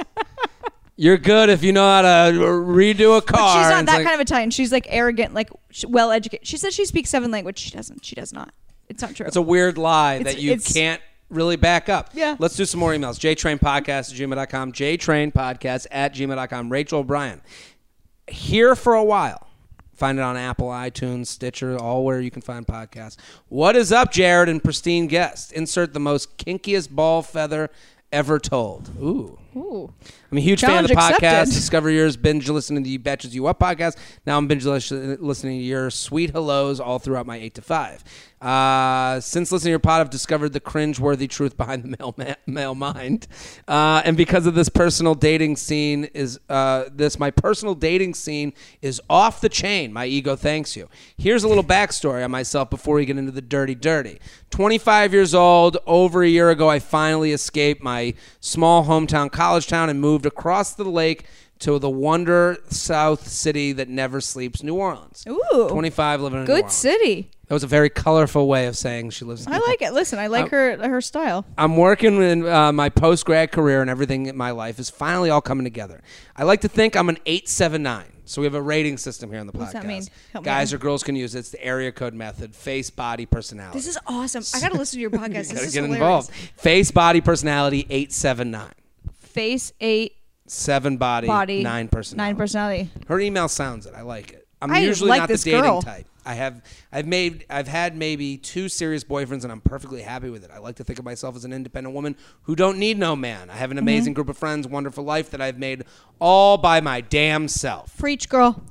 B: You're good if you know how to redo a car.
C: But she's not
B: And
C: that
B: it's like-
C: kind of Italian. She's like arrogant, like sh- well educated. She says she speaks seven languages. She doesn't. She does not. It's not true.
B: It's a weird lie
C: It's-
B: that you
C: it's-
B: can't really back up.
C: Yeah.
B: Let's do some more emails. JTrainPodcast at gmail.com, JTrainPodcast at gmail.com, Rachel O'Brien. Here for a while. Find it on Apple, iTunes, Stitcher, all where you can find podcasts. What is up, Jared and pristine guest? Insert the most kinkiest ball feather ever told. Ooh.
C: Ooh.
B: I'm a huge fan of the
C: Challenge
B: podcast.
C: accepted.
B: Discover yours, binge listening to the Betches You Up podcast. Now I'm binge lis- listening to your sweet hellos all throughout my eight to five. Uh, since listening to your pod, I've discovered the cringe-worthy truth behind the male, ma- male mind, uh, and because of this personal dating scene is uh, this my personal dating scene is off the chain. My ego thanks you. Here's a little backstory on myself before we get into the dirty, dirty. 25 years old. Over a year ago, I finally escaped my small hometown, college town, and moved across the lake to the wonder south city that never sleeps, New Orleans.
C: Ooh.
B: 25, living in New
C: Good
B: Orleans.
C: city.
B: That was a very colorful way of saying she lives. in
C: I
B: New
C: like it. Listen, I like
B: Um,
C: her her style.
B: I'm working in uh, my post grad career, and everything in my life is finally all coming together. I like to think I'm an eight seven nine. So we have a rating system here on the podcast.
C: does that mean? Help me
B: Guys
C: out.
B: or girls can use it. It's the area code method: face, body, personality.
D: This is awesome. I gotta listen to your podcast.
B: Gotta
D: this is
B: get
D: hilarious.
B: involved. Face, body, personality, eight seven nine.
C: Face eight,
B: Seven body,
C: body
B: nine personality.
C: Nine personality.
B: Her email sounds it. I like it. I'm
C: I
B: usually
C: like
B: not the
C: this
B: dating
C: girl.
B: type. I have I've made I've had maybe two serious boyfriends and I'm perfectly happy with it. I like to think of myself as an independent woman who don't need no man. I have
C: Mm-hmm.
B: an amazing group of friends, wonderful life that I've made all by my damn self.
C: Preach, girl.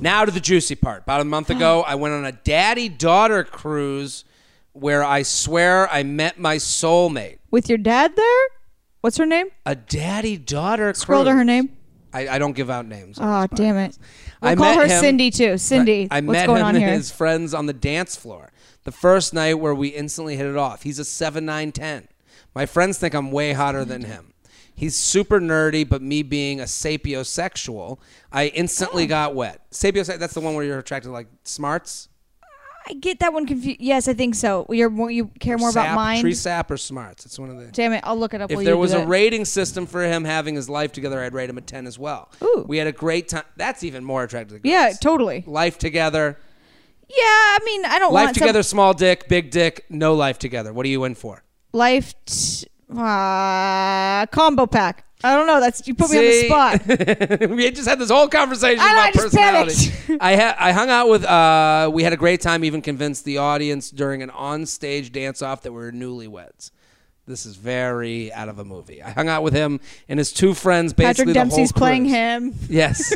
B: Now to the juicy part. About a month ago, I went on a daddy daughter cruise where I swear I met my soulmate.
C: With your dad there. What's her name?
B: A daddy daughter cruise.
C: Scroll to her name.
B: I, I don't give out names.
C: Oh, damn it. We'll
B: I
C: call
B: met
C: her
B: him-
C: Cindy too. Cindy,
B: I
C: what's
B: met
C: going
B: him
C: on
B: and
C: here?
B: his friends on the dance floor. The first night where we instantly hit it off. He's a 7 9 10. My friends think I'm way hotter than him. He's super nerdy, but me being a sapiosexual, I instantly
C: Oh.
B: got wet. Sapiosexual, that's the one where you're attracted to like smarts?
C: I get that one confused. Yes, I think so. You're more, you care more
B: Sap?
C: about mine.
B: Tree sap or smarts? It's one of the.
C: Damn it, I'll look it up.
B: If
C: while
B: there
C: you do
B: was a
C: that.
B: rating system for him having his life together, I'd rate him a 10 as well.
C: Ooh.
B: We had a great time. That's even more attractive. to
C: yeah,
B: girls.
C: totally.
B: Life together.
C: Yeah, I mean, I don't
B: Life
C: want some-
B: together, small dick, big dick, no life together. What are you in for?
C: life t- uh, combo pack. I don't know. That's you put me on
B: See?
C: the spot.
B: we had just had this whole conversation
C: I know,
B: about
C: I just
B: personality.
C: panicked.
B: I ha- I hung out with. Uh, we had a great time. Even convinced the audience during an on-stage dance-off that we were newlyweds. This is very out of a movie. I hung out with him and his two friends. Basically,
C: Patrick
B: the whole
C: Dempsey's playing
B: cruise.
C: him.
B: Yes.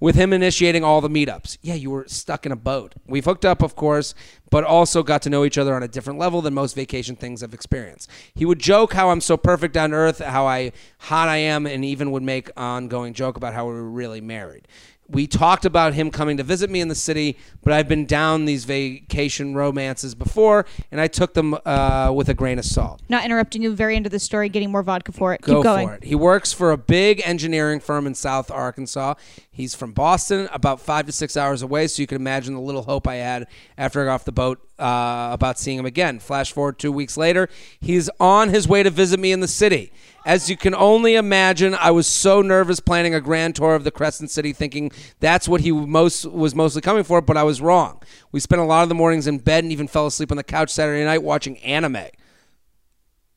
B: With him initiating all the meetups. Yeah, you were stuck in a boat. We've hooked up, of course, but also got to know each other on a different level than most vacation things I've experienced. He would joke how I'm so perfect on earth, how I hot I am, and even would make ongoing joke about how we were really married. We talked about him coming to visit me in the city, but I've been down these vacation romances before, and I took them uh, with a grain of salt.
C: Not interrupting you. Very end of the story. Getting more vodka for it.
B: Go
C: Keep going.
B: for it. He works for a big engineering firm in South Arkansas. He's from Boston, about five to six hours away, so you can imagine the little hope I had after I got off the boat uh, about seeing him again. Flash forward two weeks later, he's on his way to visit me in the city. As you can only imagine, I was so nervous planning a grand tour of the Crescent City, thinking that's what he most was mostly coming for, but I was wrong. We spent a lot of the mornings in bed and even fell asleep on the couch Saturday night watching anime.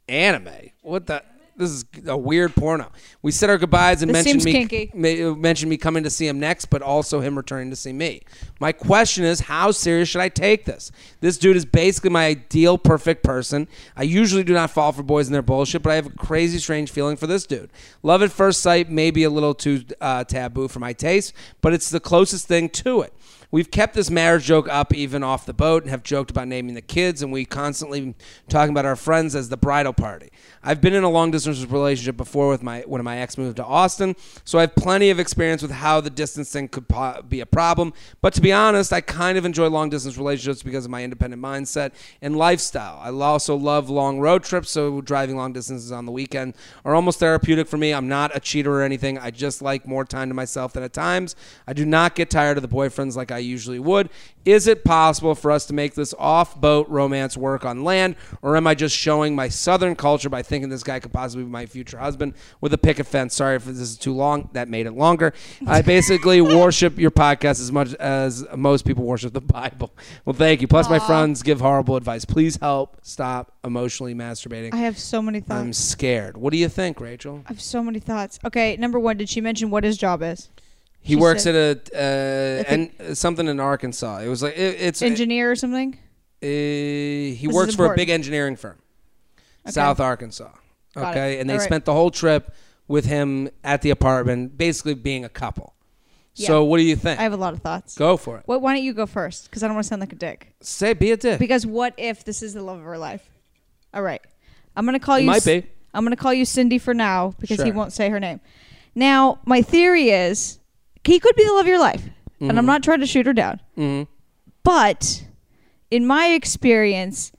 B: Anime? What the? This is a weird porno. We said our goodbyes and
C: This
B: mentioned
C: seems
B: me
C: kinky.
B: ma- mentioned me coming to see him next, but also him returning to see me. My question is, how serious should I take this? This dude is basically my ideal perfect person. I usually do not fall for boys and their bullshit, but I have a crazy strange feeling for this dude. Love at first sight may be a little too uh, taboo for my taste, but it's the closest thing to it. We've kept this marriage joke up even off the boat and have joked about naming the kids, and we constantly talking about our friends as the bridal party. I've been in a long distance relationship before with my when my ex moved to Austin, so I have plenty of experience with how the distance thing could po- be a problem. But to be honest, I kind of enjoy long distance relationships because of my independent mindset and lifestyle. I also love long road trips, so driving long distances on the weekend are almost therapeutic for me. I'm not a cheater or anything. I just like more time to myself than at times. I do not get tired of the boyfriends like I usually would. Is it possible for us to make this off boat romance work on land, or am I just showing my southern culture by thinking this guy could possibly be my future husband with a picket fence? Sorry if this is too long. That made it longer. I basically worship your podcast as much as most people worship the Bible. Well, thank you. Plus, my friends give horrible advice. Please help stop emotionally masturbating.
C: I have so many
B: I'm
C: thoughts.
B: scared. What do you think, Rachel?
C: I have so many thoughts. Okay, number one, did she mention what his job is?
B: He
C: She
B: works
C: said-
B: at a uh,
C: I think-
B: and something in Arkansas. It was like it, it's
C: Engineer or something?
B: uh, he
C: is
B: works for a
C: important.
B: big engineering firm, South Arkansas.
C: Got it.
B: Okay, and they
C: All right.
B: spent the whole trip with him at the apartment, basically being a couple. So
C: Yeah.
B: what do you think?
C: I have a lot of thoughts.
B: Go for it.
C: Wait, why don't you go first? Because I don't want to sound like a dick.
B: Say be a dick.
C: Because what if this is the love of her life? All right, I'm gonna call
B: It
C: you.
B: might
C: C-
B: be.
C: I'm gonna call you Cindy for now because he
B: Sure.
C: won't say her name. Now, my theory is he could be the love of your life, and I'm
B: Mm-hmm.
C: not trying to shoot her down. But in my experience,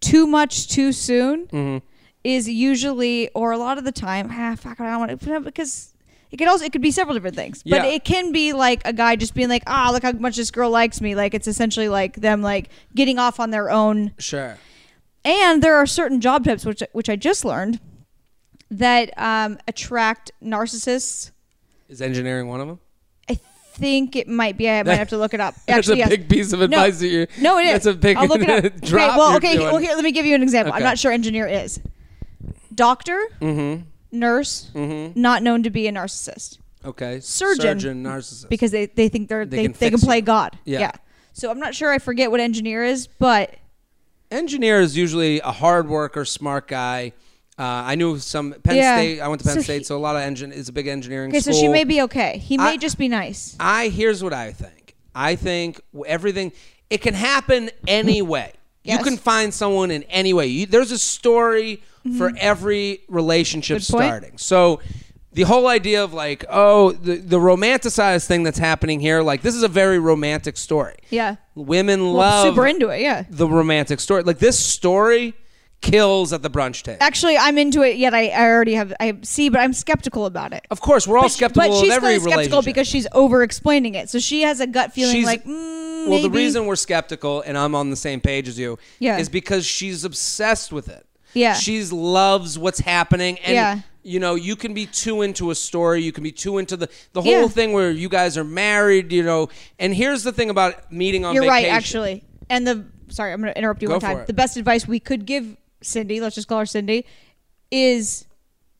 C: too much too soon is usually, or a lot of the time, ah, fuck, I don't want to, because it could also it could be several different things. But
B: Yeah.
C: it can be like a guy just being like, ah, look how much this girl likes me. Like it's essentially like them like getting off on their own.
B: sure.
C: And there are certain job types which which I just learned that um, attract narcissists.
B: Is engineering one of them?
C: I think it might be. I might have to look it up.
B: That's
C: Actually,
B: a
C: yes.
B: big piece of advice that you're-
C: No, it is.
B: that's a big
C: I'll look it up.
B: drop
C: okay, well,
B: you're
C: okay.
B: doing.
C: Well, here, let me give you an example.
B: Okay. Mm-hmm.
C: I'm not sure engineer is. Doctor, nurse, not known to be a narcissist
B: Okay.
C: Surgeon.
B: Surgeon narcissist.
C: because they, they think they're
B: They
C: they
B: can
C: can, they can
B: fix
C: play
B: you.
C: God.
B: Yeah.
C: So I'm not sure. I forget what engineer is, but
B: engineer is usually a hard worker, smart guy. Uh, I knew some Penn
C: Yeah.
B: State. I went to Penn
C: So
B: State,
C: he-
B: so a lot of engine is a big engineering.
C: okay.
B: school.
C: So she may be okay. He may
B: I-
C: just be nice.
B: I here's what I think. I think everything it can happen any way.
C: Yes.
B: You can find someone in any way. You, there's a story for every relationship
C: Mm-hmm. Good point.
B: starting. So the whole idea of like, oh, the, the romanticized thing that's happening here, like this is a very romantic story.
C: Yeah.
B: Women
C: Well,
B: love
C: super into it. Yeah.
B: the romantic story. Like this story kills at the brunch table.
C: Actually, I'm into it. Yet I, I already have I see, but I'm skeptical about it.
B: Of course, we're all skeptical
C: but she's
B: of every
C: feeling skeptical
B: relationship.
C: because she's over explaining it. So she has a gut feeling
B: She's-
C: like, mm,
B: well, the
C: maybe.
B: reason we're skeptical, and I'm on the same page as you,
C: Yeah.
B: is because she's obsessed with it.
C: Yeah.
B: she's loves what's happening, and
C: Yeah.
B: you know, you can be too into a story, you can be too into the the whole
C: Yeah.
B: thing where you guys are married, you know. And here's the thing about meeting on
C: you're right,
B: vacation.
C: actually. And the sorry, I'm going to interrupt you
B: Go
C: one
B: for
C: time.
B: it.
C: The best advice we could give Cindy, let's just call her Cindy, is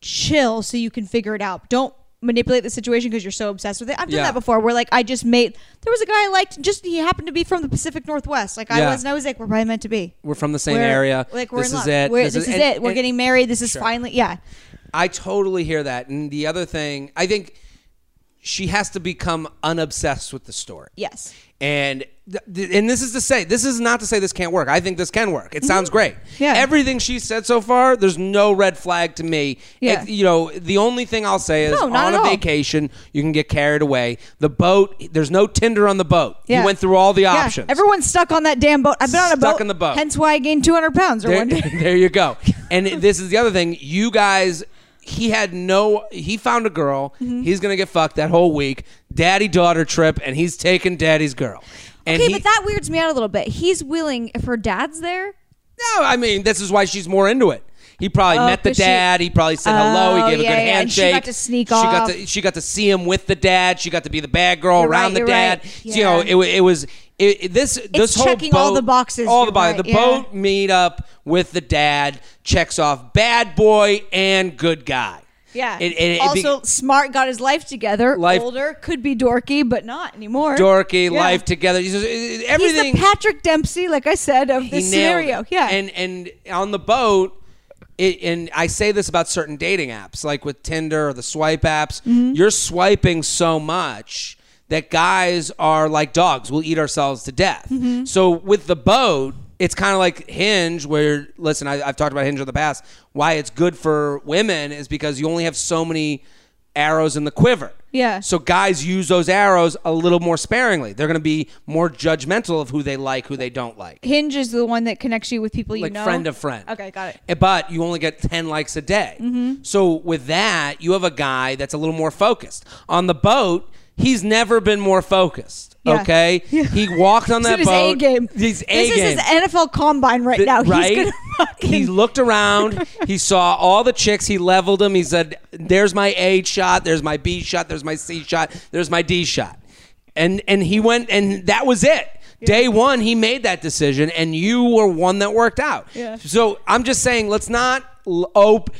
C: chill so you can figure it out. Don't manipulate the situation because you're so obsessed with it. I've done
B: Yeah.
C: that before. Where like I just made there was a guy I liked. Just he happened to be from the Pacific Northwest, like
B: Yeah.
C: I was, and I was like, we're probably meant to be.
B: We're from the same
C: We're-
B: area.
C: Like we're
B: this
C: in
B: is
C: love.
B: it.
C: We're- this, is,
B: and-
C: it. We're
B: and-
C: getting married. This is finally yeah.
B: I totally hear that. And the other thing, I think she has to become unobsessed with the story.
C: Yes.
B: And th- th- and this is to say, this is not to say this can't work. I think this can work. It sounds great.
C: Mm-hmm. Yeah.
B: Everything she said so far, there's no red flag to me.
C: Yeah.
B: It- you know, the only thing I'll say is
C: No, not
B: on
C: at
B: a
C: all.
B: vacation, you can get carried away. The boat, there's no Tinder on the boat.
C: Yeah.
B: You went through all the
C: Yeah,
B: options.
C: Everyone's stuck on that damn boat. I've been on a
B: Stuck
C: boat.
B: in the boat.
C: Hence why I gained 200 pounds or
B: There,
C: one day.
B: there you go. And this is the other thing. You guys, he had no. He found a girl.
C: Mm-hmm.
B: He's gonna get fucked that whole week. Daddy daughter trip, and he's taking daddy's girl. And
C: okay,
B: he,
C: but that weirds me out a little bit. He's willing if her dad's there.
B: No, I mean this is why she's more into it. He probably
C: Oh,
B: met the
C: 'cause she-
B: dad. he probably said hello.
C: Oh,
B: He gave
C: yeah,
B: a good
C: yeah, and she
B: handshake.
C: got to sneak
B: she Got
C: off.
B: to, she got to see him with the dad. She got to be the bad girl
C: You're
B: around
C: right,
B: the
C: you're
B: dad.
C: right.
B: You know,
C: Yeah.
B: it, wa- it was It, it- this this whole
C: checking all
B: boat-
C: the boxes,
B: All the
C: you're
B: bo-
C: right,
B: the
C: yeah.
B: boat meetup with the dad checks off bad boy and good guy.
C: Yeah.
B: It, it, it be-
C: also, smart got his life together.
B: Life-
C: Older could be dorky, but not anymore.
B: dorky
C: Yeah.
B: life together. He's just- it- it-
C: He's
B: everything.
C: the Patrick Dempsey, like I said, of
B: he
C: this
B: nailed
C: scenario.
B: it.
C: Yeah.
B: And and on the boat, it, and I say this about certain dating apps, like with Tinder or the swipe apps,
C: Mm-hmm.
B: you're swiping so much that guys are like dogs. We'll eat ourselves to death.
C: Mm-hmm.
B: So with the boat. It's kind of like Hinge, where listen, I, I've talked about Hinge in the past. Why it's good for women is because you only have so many arrows in the quiver.
C: Yeah.
B: So guys use those arrows a little more sparingly. They're going to be more judgmental of who they like, who they don't like
C: Hinge is the one that connects you with people you
B: like
C: know.
B: friend of friend.
C: Okay, got it. Mm-hmm.
B: Eh, But you only get 10 likes a day. So with that, you have a guy that's a little more focused. On the boat, he's never been more focused.
C: Yeah.
B: Okay? He walked on
C: He's
B: that
C: in his
B: boat.
C: A game.
B: He's A
C: this
B: game.
C: is his NFL combine right
B: Th-
C: now.
B: right?
C: He's gonna fucking
B: he looked around. he saw all the chicks. He leveled them. He said, "There's my A shot. There's my B shot. There's my C shot. There's my D shot." And and he went, and that was it. Day one, he made that decision, and you were one that worked out.
C: Yeah.
B: So I'm just saying, let's not l- op.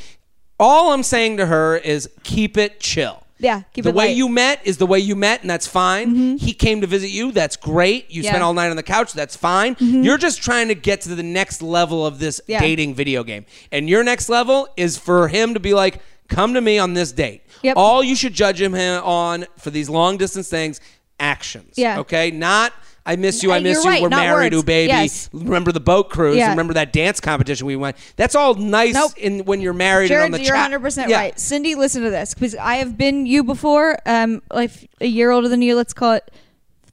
B: All I'm saying to her is keep it chill.
C: Yeah, keep
B: the
C: it
B: way
C: light. Mm-hmm.
B: you met is the way you met, and that's fine. He came to visit you. That's great. You
C: Yeah.
B: spent all night on the couch. That's fine. You're just trying to get to the next level of this
C: Mm-hmm. Yeah.
B: dating video game. And your next level is for him to be like, come to me on this date.
C: Yep.
B: All you should judge him ha- on for these long distance things, actions.
C: Yeah.
B: Okay. Not, I miss you. I
C: Uh,
B: miss
C: you're
B: you.
C: right,
B: We're
C: not
B: married.
C: words.
B: Ooh, baby.
C: Yes.
B: Remember the boat cruise.
C: Yeah.
B: Remember that dance competition we went. That's all nice
C: Nope.
B: in when you're married
C: Jared,
B: and on the
C: you're
B: chat.
C: 100%
B: Yeah.
C: right. Cindy, listen to this because I have been you before, um, like a year older than you. Let's call it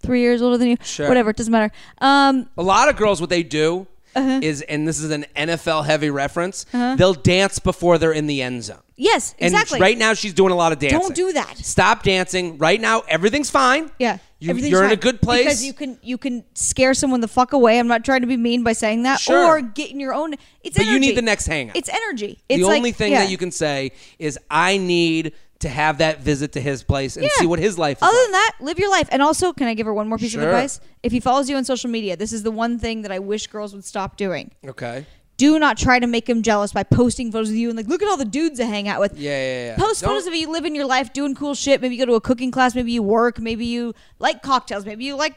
C: three years older than you.
B: Sure.
C: Whatever, it doesn't matter. Um,
B: A lot of girls, what they do
C: Uh-huh.
B: is, and this is an NFL heavy reference, they'll dance before they're in the end zone.
C: yes,
B: And
C: exactly.
B: right now, she's doing a lot of dancing.
C: do that.
B: Stop dancing. Right now, everything's fine.
C: Yeah,
B: You,
C: everything's
B: you're in a
C: fine.
B: good place.
C: because you can you can scare someone the fuck away. I'm not trying to be mean by saying that,
B: Sure.
C: or get in your own. It's
B: But you need
C: energy.
B: the next hangout.
C: It's energy.
B: the
C: It's like-
B: only thing
C: yeah.
B: that you can say is, I need to have that visit to his place and
C: Yeah.
B: see what his life is
C: Other
B: like.
C: than that, live your life. And also, can I give her one more piece
B: Sure.
C: of advice? If he follows you on social media, this is the one thing that I wish girls would stop doing.
B: okay.
C: Do not try to make him jealous by posting photos of you and like, look at all the dudes I hang out with.
B: Yeah, yeah, yeah.
C: Post
B: Don't-
C: photos of you living your life, doing cool shit. Maybe you go to a cooking class. Maybe you work. Maybe you like cocktails. Maybe you like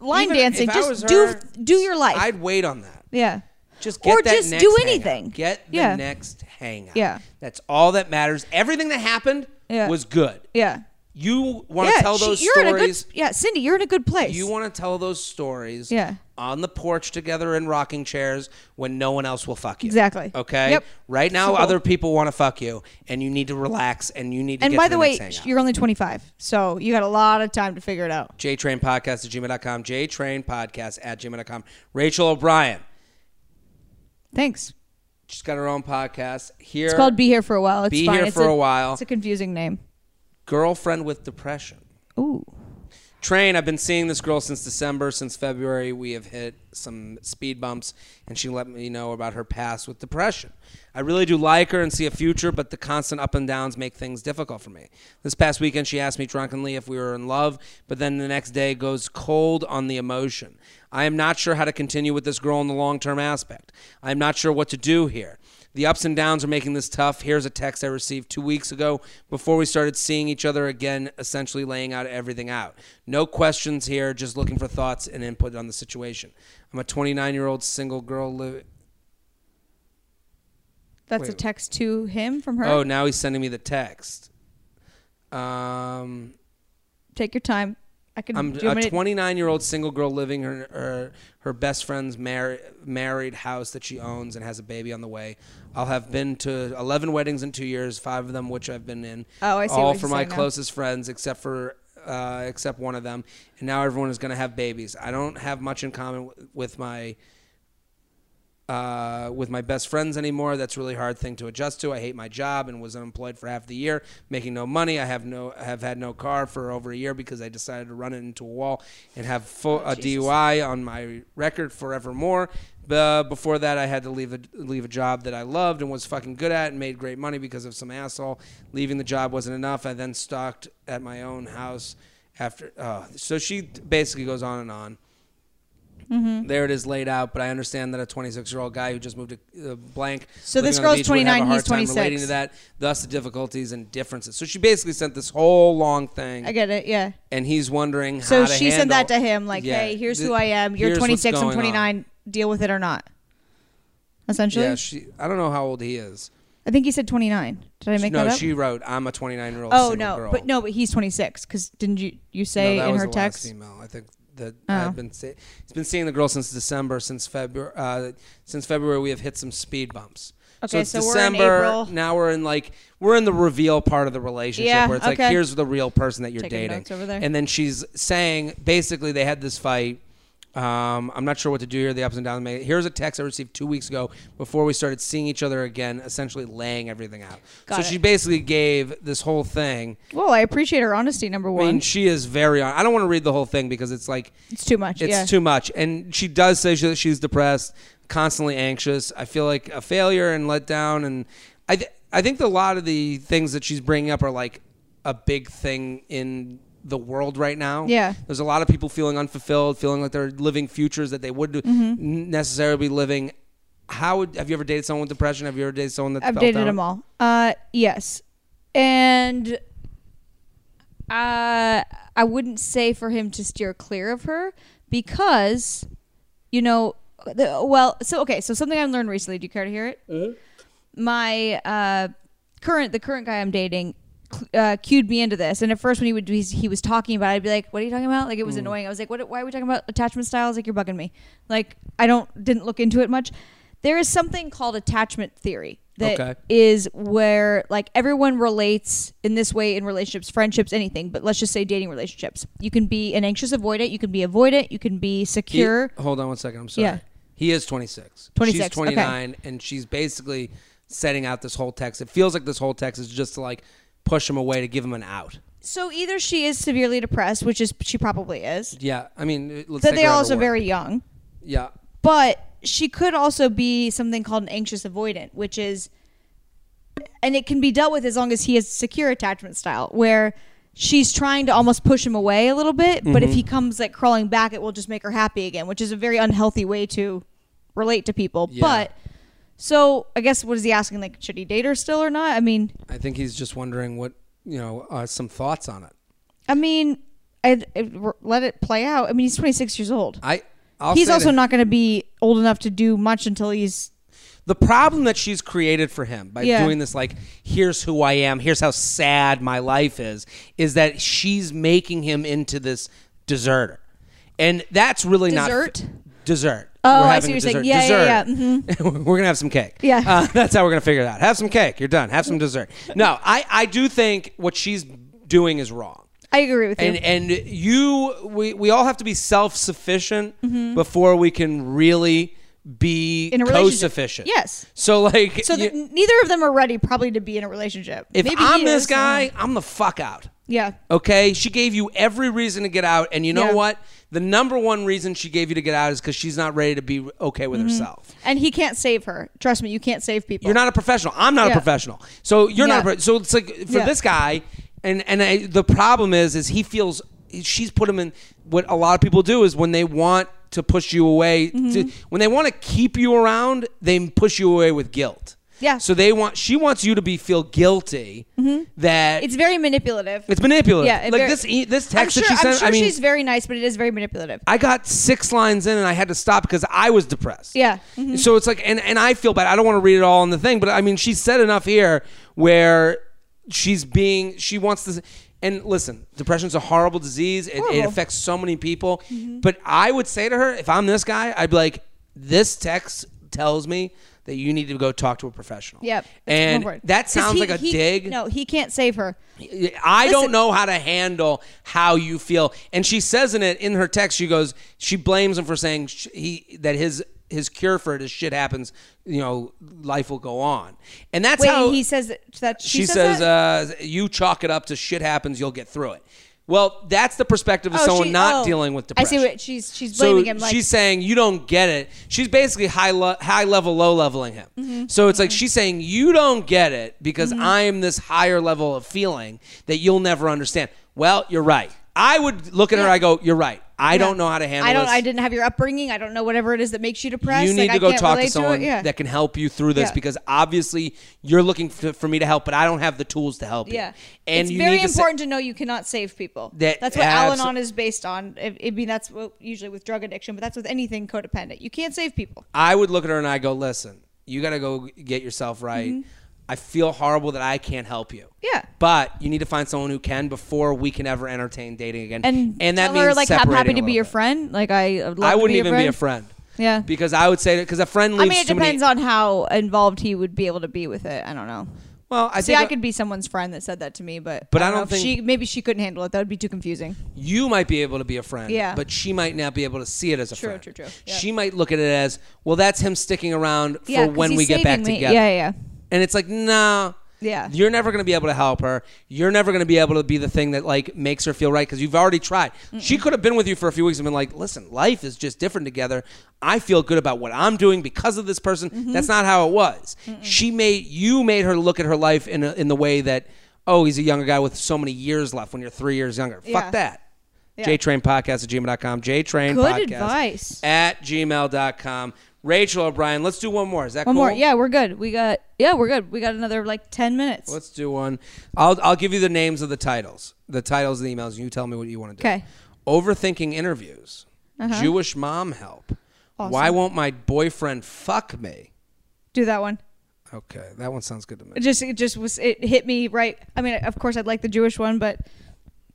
C: line
B: Even
C: dancing.
B: if I was
C: Just do
B: her,
C: do your life.
B: I'd wait on that.
C: yeah.
B: Just get
C: or
B: that
C: just
B: next
C: do
B: hangout.
C: anything.
B: Get the
C: yeah.
B: next hangout.
C: Yeah.
B: That's all that matters. Everything that happened
C: Yeah.
B: was good.
C: Yeah.
B: You want to
C: Yeah.
B: tell
C: she-
B: those
C: you're in a good.
B: stories.
C: Yeah, Cindy, you're in a good place.
B: You want to tell those stories.
C: Yeah.
B: On the porch together in rocking chairs when no one else will fuck you.
C: Exactly.
B: Okay.
C: Yep.
B: Right now,
C: Cool.
B: other people want to fuck you, and you need to relax, and you need to.
C: and
B: get
C: by
B: to
C: the,
B: the,
C: way,
B: next hangout.
C: you're only 25, so you got a lot of time to figure it out.
B: JTrain Podcast at gmail.com. JTrain Podcast at gmail.com. Rachel O'Brien.
C: Thanks.
B: She's got her own podcast here.
C: It's called Be Here for a While. It's
B: Be
C: fine.
B: Here
C: It's
B: for a While.
C: It's a confusing name.
B: Girlfriend with Depression.
C: Ooh.
B: Train, I've been seeing this girl since December, since February. We have hit some speed bumps, and she let me know about her past with depression. I really do like her and see a future, but the constant up and downs make things difficult for me. This past weekend, she asked me drunkenly if we were in love, but then the next day goes cold on the emotion. I am not sure how to continue with this girl in the long term aspect. I am not sure what to do here. The ups and downs are making this tough. Here's a text I received two weeks ago before we started seeing each other again, essentially laying out everything out. No questions here, just looking for thoughts and input on the situation. I'm a 29 year old single girl. Li-
C: That's a
B: Wait.
C: text to him from her.
B: oh, now he's sending me the text. Um,
C: Take your time. I can
B: I'm
C: do
B: a
C: it.
B: 29 year old single girl living her her, her best friend's mar- married house that she owns and has a baby on the way. I'll have been to 11 weddings in two years, five of them which I've been in.
C: Oh, I see what
B: All
C: he's
B: for my
C: saying now.
B: closest friends, except for. Uh, except one of them, and now everyone is going to have babies. I don't have much in common w- with my uh, with my best friends anymore. That's a really hard thing to adjust to. I hate my job and was unemployed for half the year, making no money. I have no have had no car for over a year because I decided to run it into a wall and have full, a DUI on my record forevermore. But uh, before that, I had to leave a leave a job that I loved and was fucking good at and made great money because of some asshole. Leaving the job wasn't enough. I then stalked at my own house after. Uh, so she basically goes on and on There it is laid out. But I understand that a 26 year old guy who just moved to uh, blank.
C: So this
B: living on the beach
C: girl's
B: would have a
C: 29,
B: hard
C: he's
B: time Relating
C: 26.
B: to that, thus the difficulties and differences. So she basically sent this whole long thing.
C: I get it. Yeah.
B: and he's wondering
C: So
B: how to
C: she sent that to
B: handle-
C: him, like,
B: Yeah.
C: "Hey, here's
B: Th-
C: who I am. You're
B: here's what's
C: 26. I'm
B: going on."
C: 29. Deal with it or not." Essentially,
B: Yeah, she. I don't know how old he is.
C: I think he said 29. Did I make
B: no,
C: that up?
B: she wrote, "I'm a 29 year old
C: oh
B: single
C: no,
B: girl."
C: but no, but he's 26. Because didn't you you
B: No,
C: say
B: that
C: in
B: was
C: her
B: the
C: text?
B: Last email. I think that
C: Oh.
B: I've been see- he's been seeing the girl since December. Since February, uh, since February, we have hit some speed bumps.
C: Okay,
B: it's
C: so we're in
B: December.
C: April.
B: Now we're in like we're in the reveal part of the relationship
C: Yeah,
B: where it's like
C: okay.
B: here's the real person that you're
C: Taking
B: dating.
C: notes over there.
B: And then she's saying basically they had this fight. Um, I'm not sure what to do here. The ups and downs. Make it. Here's a text I received two weeks ago before we started seeing each other again. Essentially laying everything out. so
C: Got
B: she
C: it.
B: basically gave this whole thing.
C: Well, I appreciate her honesty. Number
B: I
C: one,
B: mean, she is very. On- I don't want to read the whole thing because it's like
C: it's too much.
B: it's
C: yeah.
B: too much. And she does say she, she's depressed, constantly anxious. I feel like a failure and let down. And I, th- I think a lot of the things that she's bringing up are like a big thing in the world right now.
C: Yeah.
B: There's a lot of people feeling unfulfilled, feeling like they're living futures that they wouldn't
C: Mm-hmm.
B: necessarily be living. How would, have you ever dated someone with depression? Have you ever dated someone that
C: I've
B: felt
C: dated
B: down?
C: them all. Uh, yes, and uh, I wouldn't say for him to steer clear of her because, you know, the, well, so okay, so something I learned recently. Do you care to hear it? My uh, current, the current guy I'm dating. cl- Uh, cued me into this, and at first when he would he, he was talking about, it, I'd be like, "What are you talking about?" Like it was annoying. I was like, "What? Why are we talking about attachment styles? Like you're bugging me." Like I don't didn't look into it much. There is something called attachment theory that
B: Okay.
C: is where like everyone relates in this way in relationships, friendships, anything, but let's just say dating relationships. You can be an anxious avoidant, you can be avoidant, you can be
B: He-
C: secure.
B: hold on one second. I'm sorry.
C: Yeah.
B: He is 26.
C: 26,
B: She's 29, and she's basically setting out this whole text. It feels like this whole text is just to like push him away to give him an out.
C: So either she is severely depressed, which is she probably is.
B: Yeah. I mean, uh, let's
C: But
B: take
C: they're
B: her at her
C: also
B: word.
C: very young.
B: Yeah.
C: But she could also be something called an anxious avoidant, which is and it can be dealt with as long as he has secure attachment style where she's trying to almost push him away a little bit but if he comes like crawling back it will just make her happy again which is a very unhealthy way to relate to people
B: Yeah.
C: but so i guess what is he asking like should he date her still or not i mean
B: I think he's just wondering what, you know, uh, some thoughts on it.
C: i mean i let it play out i mean he's 26 years old
B: I, I'll
C: he's
B: say
C: also
B: that-
C: not going to be old enough to do much until he's
B: the problem that she's created for him by
C: Yeah.
B: doing this like here's who i am here's how sad my life is is that she's making him into this deserter and that's really
C: Dessert?
B: not dessert
C: Oh,
B: We're
C: I
B: having
C: see what you're
B: dessert.
C: saying. Yeah, yeah, mm-hmm.
B: Dessert. We're gonna have some cake.
C: Yeah.
B: Uh, that's how we're gonna figure it out. Have some cake. You're done. Have some dessert. No, I, I do think what she's doing is wrong
C: i agree with you
B: and and you we, we all have to be self-sufficient before we can really be
C: Mm-hmm. In a relationship.
B: co-sufficient
C: Yes.
B: so like
C: so
B: you-
C: that neither of them are ready probably to be in a relationship
B: if
C: Maybe
B: i'm
C: he
B: this
C: is,
B: guy
C: uh,
B: i'm the fuck out
C: yeah
B: okay she gave you every reason to get out and you know
C: Yeah.
B: what the number one reason she gave you to get out is because she's not ready to be okay
C: Mm-hmm.
B: with herself
C: and he can't save her trust me you can't save people
B: You're not a professional. I'm not
C: Yeah.
B: a professional. So you're not. A
C: Yeah.
B: pro- so it's like for
C: Yeah.
B: this guy, and and I, the problem is, is he feels she's put him in. What a lot of people do is when they want to push you away,
C: Mm-hmm.
B: to, when they want to keep you around, they push you away with guilt.
C: Yeah. Mm-hmm.
B: So they want. She wants you to be feel guilty that
C: It's very manipulative.
B: It's manipulative.
C: Yeah, it
B: like
C: very-
B: this e- this
C: I'm
B: text
C: sure,
B: that she sent.
C: I'm sure
B: I mean,
C: she's very nice, but it is very manipulative.
B: I got six lines in and I had to stop because I was depressed. Mm-hmm.
C: Yeah. Mhm.
B: So it's like, and, and I feel bad. I don't want to read it all in the thing, but I mean, she said enough here where she's being, she wants this. And listen, depression's a horrible disease. It, it
C: Horrible. Mm-hmm.
B: affects so many people. But I would say to her, if I'm this guy, I'd be like, this text tells me that you need to go talk to a professional.
C: yep.
B: And
C: One word.
B: that
C: 'Cause
B: sounds
C: he-
B: like a
C: he-
B: dig.
C: No, he can't save her.
B: I don't
C: Listen-
B: know how to handle how you feel. And she says in it in her text, she goes, she blames him for saying sh- he that his his cure for it is shit happens. You know, life will go on, and that's
C: Wait,
B: how
C: he says that, that she,
B: she, says,
C: that?
B: uh, "You chalk it up to shit happens. You'll get through it." Well, that's the perspective of
C: Oh,
B: someone
C: she-
B: not
C: oh.
B: dealing with
C: I
B: depression.
C: see what she's she's blaming
B: so
C: him. Like
B: she's saying you don't get it. She's basically high lo- high level, low leveling him.
C: Mm-hmm.
B: So it's like she's saying you don't get it because I am this higher level of feeling that you'll never understand. Well, you're right. I would look at her. I go, you're right. I don't know how to handle
C: I don't.
B: this.
C: I didn't have your upbringing. I don't know whatever it is that makes you depressed.
B: You need
C: Like,
B: to
C: I
B: go
C: can't
B: talk to
C: relate
B: someone
C: it. Yeah.
B: that can help you through this
C: Yeah.
B: because obviously you're looking for, for me to help, but I don't have the tools to help
C: yeah.
B: you. And
C: it's
B: you
C: very
B: need to say-
C: important to know you cannot save people.
B: That-
C: that's what
B: abso-
C: Al-Anon is based on. I, I mean, that's what, usually with drug addiction, but that's with anything codependent. You can't save people.
B: I would look at her and I go, "Listen, you got to go get yourself right. I feel horrible that I can't help you.
C: Mm-hmm. Yeah.
B: but you need to find someone who can before we can ever entertain dating again.
C: And
B: and that
C: tell her,
B: means
C: like I'm
B: separating
C: happy
B: a
C: to be
B: little
C: your
B: bit.
C: friend. Like I would love
B: I
C: to
B: wouldn't
C: be
B: even
C: your
B: be a friend.
C: Yeah.
B: because I would say because a friend
C: I
B: leaves.
C: mean, it
B: too many-
C: depends on how involved he would be able to be with it. I don't know.
B: Well, I
C: See,
B: think
C: I could be someone's friend that said that to me, but
B: But I
C: know
B: don't
C: if
B: think-
C: she maybe she couldn't handle it. That would be too confusing.
B: you might be able to be a friend,
C: Yeah.
B: but she might not be able to see it as a
C: True,
B: friend.
C: true, true. Yeah.
B: She might look at it as, well, that's him sticking around for
C: yeah, 'cause
B: when
C: he's
B: we get back
C: saving me.
B: together.
C: Yeah, yeah, yeah.
B: And it's like, nah.
C: Yeah.
B: You're never going to be able to help her. You're never going to be able to be the thing that like makes her feel right because you've already tried. She could have been with you for a few weeks and been like, "Listen, life is just different together. I feel good about what I'm doing because of this person."
C: Mm-hmm.
B: That's not how it was. She made you made her look at her life in a, in the way that, "Oh, he's a younger guy with so many years left when you're 3 years younger."
C: Yeah.
B: Fuck that. JTrain podcast at gmail.com. JTrain
C: Good
B: podcast
C: advice.
B: at gmail.com. Rachel O'Brien, let's do one more. Is that
C: One
B: cool?
C: more. Yeah, we're good. We got yeah, we're good. We got another like ten minutes.
B: Let's do one. I'll I'll give you the names of the titles. The titles of the emails. and You tell me what you want to do.
C: Okay. Uh-huh.
B: Overthinking interviews. Jewish mom help. Why won't my boyfriend fuck me?
C: Do that one.
B: Okay, that one sounds good to
C: It
B: me.
C: just it just was it hit me right. I mean, of course, I'd like the Jewish one, but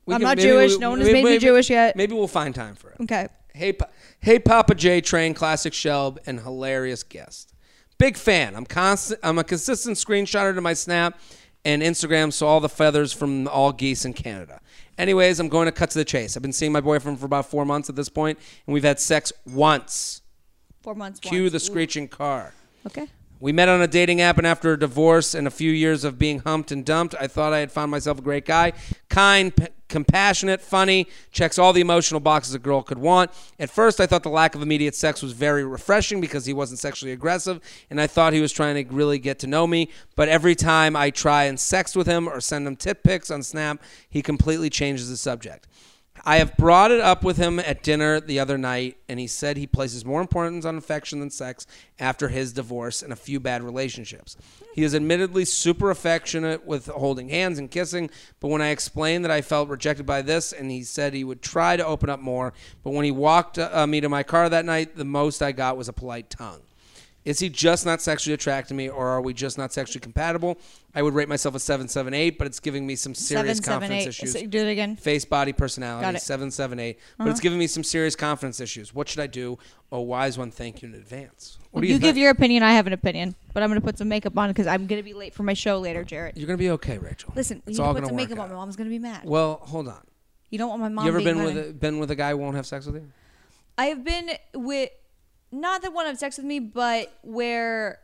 B: We
C: I'm
B: can-
C: not
B: maybe
C: Jewish.
B: we-
C: no one has
B: maybe-
C: made me
B: maybe-
C: Jewish yet.
B: Maybe we'll find time for it.
C: Okay.
B: Hey, Pa- hey, Papa J Train, classic Shelb, and hilarious guest. Big fan. I'm constant. I'm a consistent screenshotter to my Snap and Instagram, so all the feathers from all geese in Canada. Anyways, I'm going to cut to the chase. I've been seeing my boyfriend for about four months at this point, and we've had sex once.
C: Four months.
B: Cue
C: once.
B: the screeching car.
C: Okay.
B: We met on a dating app, and after a divorce and a few years of being humped and dumped, I thought I had found myself a great guy. Kind, p- compassionate, funny, checks all the emotional boxes a girl could want. At first, I thought the lack of immediate sex was very refreshing because he wasn't sexually aggressive, and I thought he was trying to really get to know me. But every time I try and sext with him or send him tit pics on Snap, he completely changes the subject. I have brought it up with him at dinner the other night, and he said he places more importance on affection than sex after his divorce and a few bad relationships. He is admittedly super affectionate with holding hands and kissing, but when I explained that I felt rejected by this, and he said he would try to open up more, but when he walked uh, me to my car that night, the most I got was a polite tongue. Is he just not sexually attracted to me, or are we just not sexually compatible? I would rate myself a seven seven eight, but it's giving me some serious
C: Seven, seven,
B: confidence
C: eight.
B: issues
C: So- do it again.
B: face body
C: Got
B: personality
C: it.
B: 778 but
D: Uh-huh.
B: it's giving me some serious confidence issues what should i do oh wise one thank you in advance what do
C: you
B: you,
C: give
B: think?
C: your opinion. I have an opinion, but I'm gonna put some makeup on because I'm gonna be late for my show later, Jarrett.
B: you're gonna be okay rachel
D: Listen,
B: it's
D: you
B: all
D: need to put
B: gonna
D: some
B: work
D: makeup on.
B: out.
D: My mom's gonna be mad.
B: well hold on
D: You don't want my mom.
B: you ever
D: being
B: been
D: mad
B: with
D: at-
B: a, been with a guy who won't have sex with you
D: I have been with not that one have sex with me, but where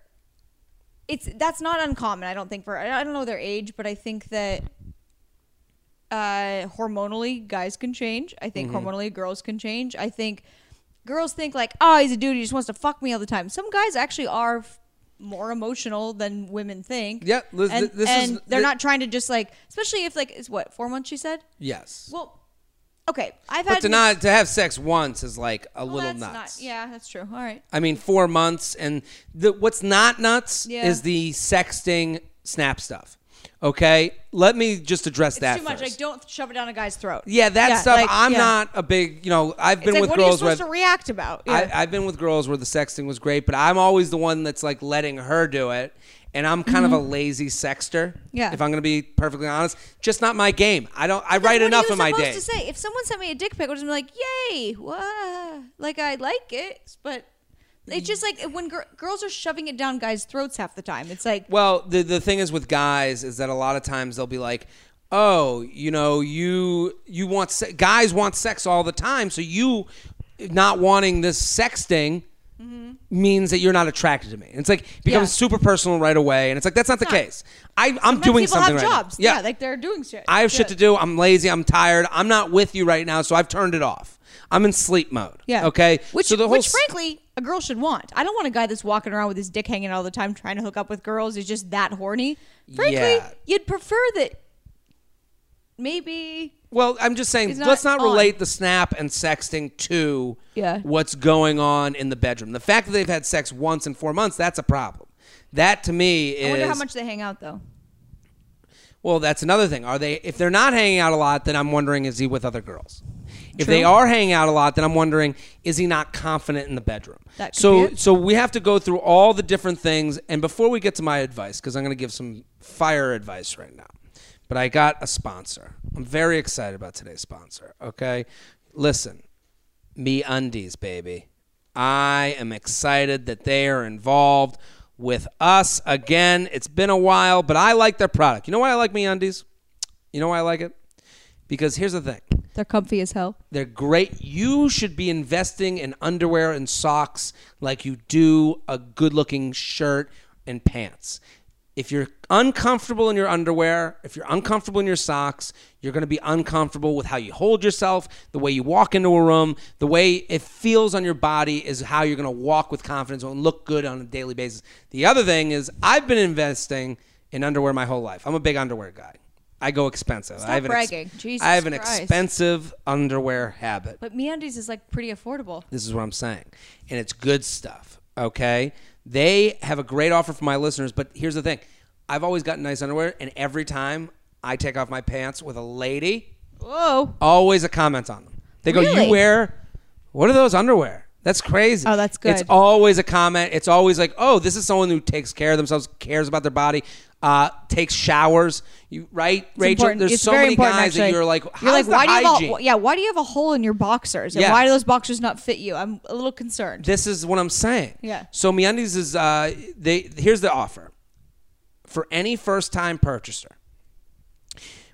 D: it's that's not uncommon. I don't think for I don't know their age, but I think that uh hormonally guys can change. I think
B: Mm-hmm.
D: hormonally girls can change. I think girls think like, "Oh, he's a dude, he just wants to fuck me all the time." Some guys actually are f- more emotional than women think.
B: Yeah, Liz,
D: and,
B: th- this is-
D: and they're
B: thi-
D: not trying to just like, especially if like it's what four months she said.
B: yes
D: Well, okay, I've
B: but
D: had
B: to not to have sex once is like a
D: Well,
B: little
D: Oh, that's
B: nuts
D: Not, yeah, that's true. All right.
B: i mean four months and the, what's not nuts
D: Yeah.
B: is the sexting snap stuff okay let me just address
D: It's
B: that
D: too much.
B: first.
D: Like, don't shove it down a guy's throat.
B: yeah that
C: Yeah,
B: stuff
C: like,
B: i'm
C: yeah.
B: not a big you know i've been
C: It's like,
B: with
C: what
B: girls
C: are you
B: where
C: supposed to react about? Yeah.
B: I, I've been with girls where the sexting was great, but I'm always the one that's like letting her do it. And I'm kind of a
D: Mm-hmm.
B: lazy sexter.
C: Yeah.
B: If I'm going to be perfectly honest, just not my game. I don't, I write
D: What
B: enough
D: are you
B: in my
D: supposed
B: day.
D: To say if someone sent me a dick pic, I would just be like, "Yay, wow!" Like I like it, but it's just like when gir- girls are shoving it down guys' throats half the time. It's like,
B: Well, the the thing is with guys is that a lot of times they'll be like, "Oh, you know, you you want se- guys want sex all the time, so you not wanting this sexting means that you're not attracted to me." And it's like it becomes
D: Mm-hmm. Yeah.
B: super personal right away, and it's like that's not the case. I, I'm
D: sometimes
B: doing
D: people
B: something
D: have
B: right now.
D: jobs. Yeah. like they're doing shit.
B: I have shit to do. I'm lazy. I'm tired. I'm not with you right now, so I've turned it off. I'm in sleep mode.
C: Yeah.
B: Okay.
D: Which,
B: so the whole
D: which
B: s-
D: frankly, a girl should want. I don't want a guy that's walking around with his dick hanging all the time trying to hook up with girls. He's just that horny. Frankly,
B: Yeah.
D: you'd prefer that
C: maybe
B: Well, I'm just saying,
C: It's not
B: let's not
C: on.
B: relate the snap and sexting to
C: Yeah.
B: what's going on in the bedroom. The fact that they've had sex once in four months, that's a problem. That to me is
C: I wonder how much they hang out though.
B: well, that's another thing. Are they if they're not hanging out a lot, then I'm wondering is he with other girls? If they are hanging out a lot, then I'm wondering is he not confident in the bedroom?
C: That could
B: so
C: be it.
B: so we have to go through all the different things and before we get to my advice cuz I'm going to give some fire advice right now. But I got a sponsor. I'm very excited about today's sponsor, okay? Listen. Me Undies, baby. I am excited that they are involved with us again. It's been a while, but I like their product. You know why I like Me Undies? You know why I like it? Because here's the thing
C: They're comfy as hell.
B: they're great. You should be investing in underwear and socks like you do a good looking shirt and pants. If you're uncomfortable in your underwear, if you're uncomfortable in your socks, you're going to be uncomfortable with how you hold yourself, the way you walk into a room, the way it feels on your body is how you're going to walk with confidence and look good on a daily basis. The other thing is, I've been investing in underwear my whole life. I'm a big underwear guy. I go expensive. I have an ex-
C: bragging. Jesus
B: I have an
C: Christ.
B: expensive expensive underwear habit.
C: But MeUndies is like pretty affordable.
B: This is what I'm saying. And it's good stuff, okay? They have a great offer for my listeners, but here's the thing. I've always gotten nice underwear, and every time I take off my pants with a lady,
C: Whoa.
B: always a comment on them. They go,
C: Really?
B: "You wear what are those underwear?" That's crazy.
C: Oh, that's good.
B: It's always a comment. It's always like, "Oh, this is someone who takes care of themselves, cares about their body, uh, takes showers." You right, Rachel?
C: important.
B: There's
C: It's
B: so
C: very
B: many
C: important,
B: guys that
C: actually.
B: you're like, How's
C: You're like,
B: the
C: why do you have
B: hygiene?
C: a, yeah, why do you have a hole in your boxers? And
B: Yeah.
C: why do those boxers not fit you? I'm a little concerned.
B: This is what I'm saying.
C: Yeah.
B: So MeUndies is uh, they here's the offer for any first time purchaser.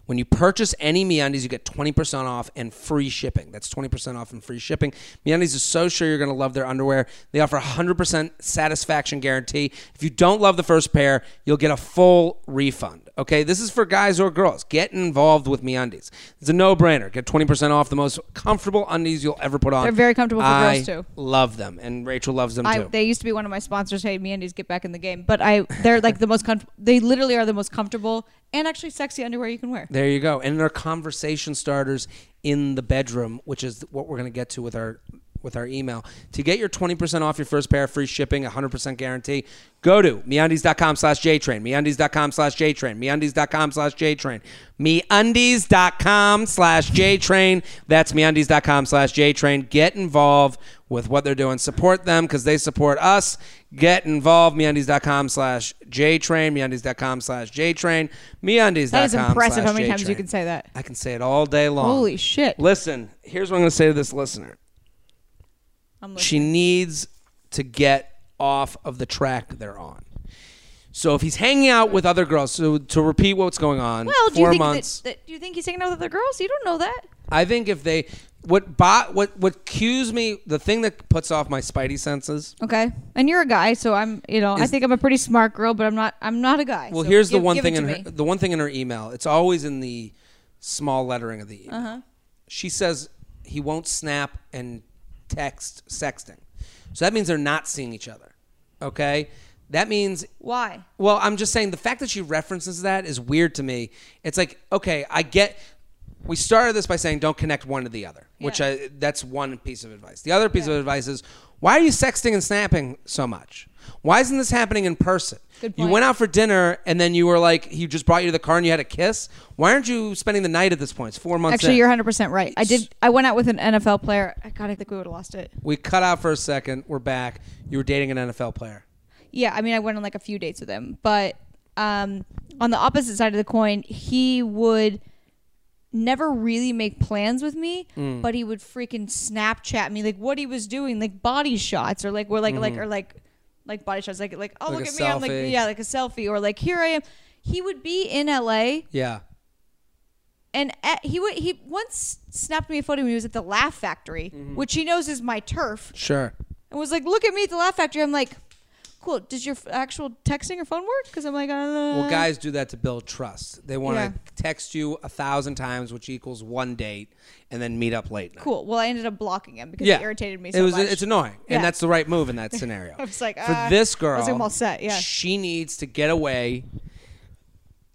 B: When you purchase any MeUndies, you get 20% off and free shipping. That's 20% off and free shipping. MeUndies is so sure you're going to love their underwear. They offer 100% satisfaction guarantee. If you don't love the first pair, you'll get a full refund. Okay, this is for guys or girls. Get involved with MeUndies. It's a no-brainer. Get 20% off the most comfortable undies you'll ever put on.
C: They're very comfortable for
B: I
C: girls, too.
B: Love them, and Rachel loves them
C: I,
B: too.
C: they used to be one of my sponsors. Hey, MeUndies, get back in the game. But I, they're like the most comfortable. They literally are the most comfortable and actually sexy underwear you can wear.
B: There you go. And they're conversation starters in the bedroom, which is what we're going to get to with our with our email. To get your 20% off your first pair, free shipping, 100% guarantee, go to MeUndies.com slash JTrain, MeUndies.com slash JTrain, MeUndies.com slash JTrain, MeUndies.com slash JTrain. That's MeUndies.com slash JTrain. Get involved with what they're doing. Support them because they support us. Get involved, MeUndies.com slash JTrain, MeUndies.com slash JTrain, MeUndies.com
C: That is
B: com
C: impressive
B: slash
C: how many
B: J
C: times you
B: Train.
C: can say that.
B: I can say it all day long.
C: Holy shit.
B: Listen, here's what I'm going to say to this listener.
C: I'm
B: She needs to get off of the track they're on. So if he's hanging out with other girls, so to repeat what's going on,
C: Well, do you
B: four
C: think
B: months.
C: That, that, do you think he's hanging out with other girls? You don't know that.
B: I think if they what bot what what cues me, the thing that puts off my spidey senses.
C: Okay. And you're a guy, so I'm, you know, I
B: Is-
C: think I'm a pretty smart girl, but I'm not. I'm not a guy.
B: Well,
C: so
B: here's the
C: give-
B: one
C: give
B: thing
C: it
B: in
C: to
B: her uh,
C: me.
B: the one thing in her email. It's always in the small lettering of the email.
C: Uh-huh.
B: She says he won't snap and text sexting. So that means they're not seeing each other. Okay? That means
C: Why?
B: well, I'm just saying the fact that she references that is weird to me. It's like, okay, I get. We started this by saying don't connect one to the other, which
C: Yeah.
B: I, that's one piece of advice. The other piece of advice is why are you sexting and snapping so much? Why isn't this happening in person?
C: Good
B: You
C: point.
B: went out for dinner and then you were like, he just brought you to the car and you had a kiss. Why aren't you spending the night at this point? It's four months.
C: Actually,
B: in.
C: you're 100 percent right. I did. I went out with an NFL player. I God, I think we would have lost it.
B: We cut out for a second. We're back. You were dating an NFL player.
C: Yeah, I mean, I went on like a few dates with him, but um, on the opposite side of the coin, he would never really make plans with me,
B: Mm.
C: but he would freaking Snapchat me like what he was doing, like body shots or like we're like like or like like body shots, like like oh
B: Mm-hmm. Like
C: look
B: a
C: at me, I'm
B: selfie.
C: like yeah, like a selfie or like here I am. He would be in LA
B: Yeah.
C: and at, he would he once snapped me a photo when he was at the Laugh Factory,
B: Mm-hmm.
C: which he knows is my turf
B: Sure.
C: and was like, "Look at me at the Laugh Factory." I'm like, "Cool. Does your f- actual texting or phone work?" Because I'm like, uh,
B: Well, guys do that to build trust. They want to
C: Yeah.
B: text you a thousand times, which equals one date, and then meet up late. Night.
C: cool." Well, I ended up blocking him because
B: Yeah,
C: he irritated me so
B: it was
C: much.
B: it's annoying,
C: Yeah.
B: and that's the right move in that scenario. I
C: was like,
B: for
C: uh,
B: this
C: I
B: girl,
C: was like, I'm all set, yeah.
B: she needs to get away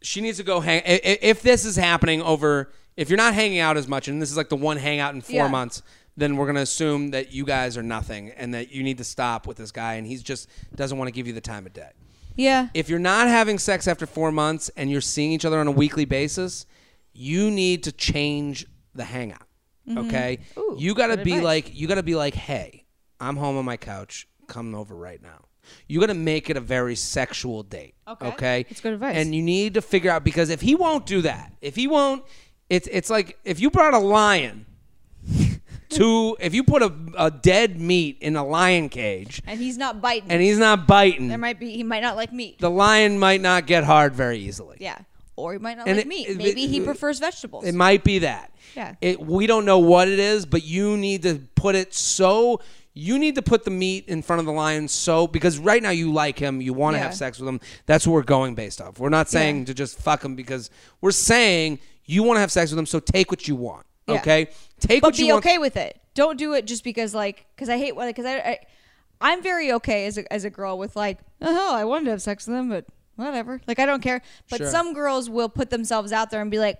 B: she needs to go hang. i- i- If this is happening over, if you're not hanging out as much, and this is like the one hangout in four
C: Yeah.
B: months, then we're gonna assume that you guys are nothing and that you need to stop with this guy, and he's just doesn't want to give you the time of day.
C: Yeah.
B: If you're not having sex after four months and you're seeing each other on a weekly basis, you need to change the hangout.
C: Mm-hmm.
B: Okay, you gotta be like you gotta be like, hey, I'm home on my couch. Come over right now. You gotta make it a very sexual date. Okay, okay,
C: That's good advice.
B: And you need to figure out because if he won't do that, if he won't, it's it's like if you brought a lion to if you put a, a dead meat in a lion cage
C: and he's not biting.
B: and he's not biting,
C: there might be he might not like meat.
B: the lion might not get hard very easily.
C: yeah. Or he might not
B: And
C: like
B: it-
C: meat.
B: it-
C: Maybe he
B: it-
C: prefers vegetables.
B: It might be that.
C: Yeah.
B: It, we don't know what it is, but you need to put it so. You need to put the meat in front of the lion so because right now you like him, you want to
C: Yeah.
B: have sex with him. That's what we're going based off. We're not saying to just fuck him because we're saying you want to have sex with him, so take what you want.
C: Yeah.
B: Okay, take
C: but
B: what you
C: be
B: want.
C: okay with it. Don't do it just because like because I hate what because I, I I'm very okay as a, as a girl with like oh I wanted to have sex with them but whatever like I don't care. But
B: Sure.
C: some girls will put themselves out there and be like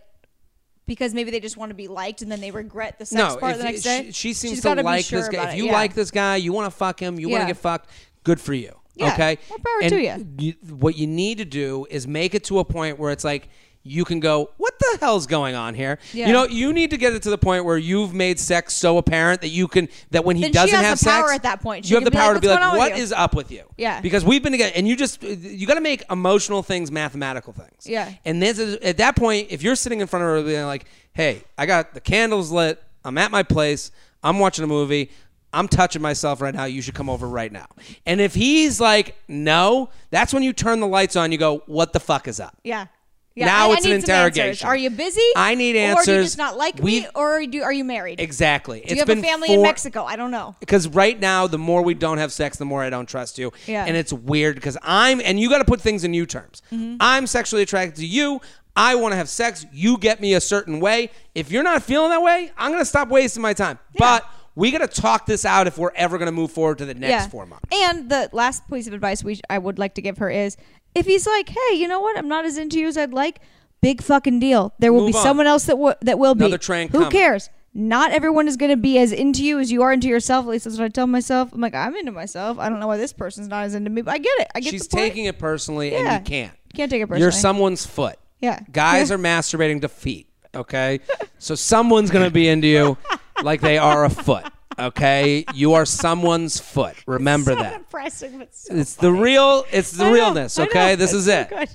C: because maybe they just want to be liked and then they regret the sex
B: no,
C: part
B: if
C: the next
B: she,
C: day.
B: she seems
C: She's
B: to
C: gotta be
B: like
C: sure
B: this guy.
C: about
B: If
C: it,
B: you
C: yeah.
B: like this guy, you want to fuck him, you want
C: Yeah.
B: to get fucked. Good for you.
C: Yeah.
B: Okay.
C: More power
B: And
C: to ya.
B: What you need to do is make it to a point where it's like you can go, what the hell's going on here?
C: Yeah.
B: You know, you need to get it to the point where you've made sex so apparent that you can that when he
C: Then she
B: doesn't
C: has
B: have
C: the
B: sex,
C: power at that point. She
B: you have
C: can
B: the
C: be
B: power
C: like,
B: to be
C: "What's
B: like,
C: going on
B: what
C: with you?"
B: is up with you?
C: Yeah.
B: Because we've been together, and you just you got to make emotional things mathematical things.
C: Yeah.
B: And this is at that point, if you're sitting in front of her being like, "Hey, I got the candles lit. I'm at my place. I'm watching a movie. I'm touching myself right now. You should come over right now." And if he's like, "No," that's when you turn the lights on. You go, "What the fuck is up?"
C: Yeah. Yeah,
B: Now
C: I- I
B: it's an
C: need some answers.
B: interrogation.
C: Are you busy?
B: I need
C: Or do you
B: answers.
C: just not like
B: We-
C: me? Or do are you married?
B: Exactly.
C: Do you have a family in Mexico? I don't know.
B: because right now the more we don't have sex the more i don't trust you
C: Yeah.
B: and it's weird because i'm and you got to put things in new terms
C: Mm-hmm.
B: i'm sexually attracted to you i want to have sex you get me a certain way if you're not feeling that way i'm gonna stop wasting my time but we gotta talk this out if we're ever gonna move forward to the next four months
C: And the last piece of advice we sh- I would like to give her is if he's like, hey, you know what? I'm not as into you as I'd like. Big fucking deal. There will
B: Move
C: be
B: on.
C: someone else that w- that will be.
B: Another train
C: Who
B: coming.
C: cares? Not everyone is going to be as into you as you are into yourself. At least that's what I tell myself. I'm like, I'm into myself. I don't know why this person's not as into me, but I get it. I get
B: She's
C: the point.
B: taking it personally,
C: Yeah.
B: and you can't.
C: Can't take it
B: You're
C: personally.
B: someone's foot.
C: Yeah.
B: Guys are masturbating to feet. Okay. so someone's gonna be into you like they are a foot. Okay. You are someone's foot. Remember
C: so
B: that.
C: depressing, but so
B: It's the real. It's the
C: I know,
B: realness.
C: I know.
B: Okay. This
C: It's
B: is
C: so
B: it.
C: good.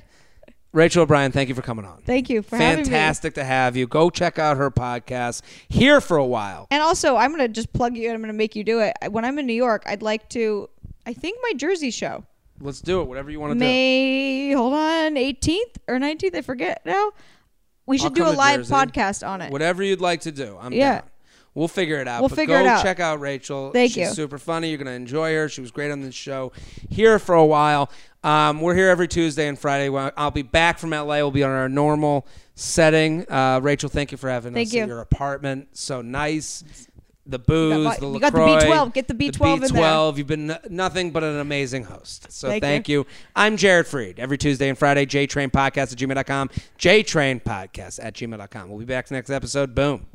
B: Rachel O'Brien, thank you for coming on.
C: Thank you for having me.
B: Fantastic to have you. Go check out her podcast. Here for a while.
C: And also, I'm gonna just plug you, and I'm gonna make you do it. I- When I'm in New York, I'd like to. I think my Jersey show,
B: Let's do it. Whatever you want to do.
C: May hold on, 18th or 19th, I forget now. We should
B: I'll
C: do
B: come
C: a
B: to
C: live
B: Jersey.
C: podcast on it.
B: Whatever you'd like to do. I'm
C: Yeah.
B: down. We'll figure it out.
C: We'll
B: but
C: figure
B: go
C: it out.
B: check out Rachel.
C: Thank
B: She's
C: you.
B: super funny. You're going to enjoy her. She was great on this show. Here for a while. Um, we're here every Tuesday and Friday. Well, I'll be back from LA. We'll be on our normal setting. Uh, Rachel, thank you for having
C: Thank
B: us
C: you.
B: in your apartment. So nice. The booze,
C: got-
B: the
C: you
B: LaCroix,
C: got the B12. Get the B12 in there.
B: B12. You've been n- nothing but an amazing host. So
C: Thank
B: thank you. I'm Jared Freed. Every Tuesday and Friday, JTrainPodcast at gmail.com. JTrainPodcast at gmail.com. We'll be back next episode. Boom.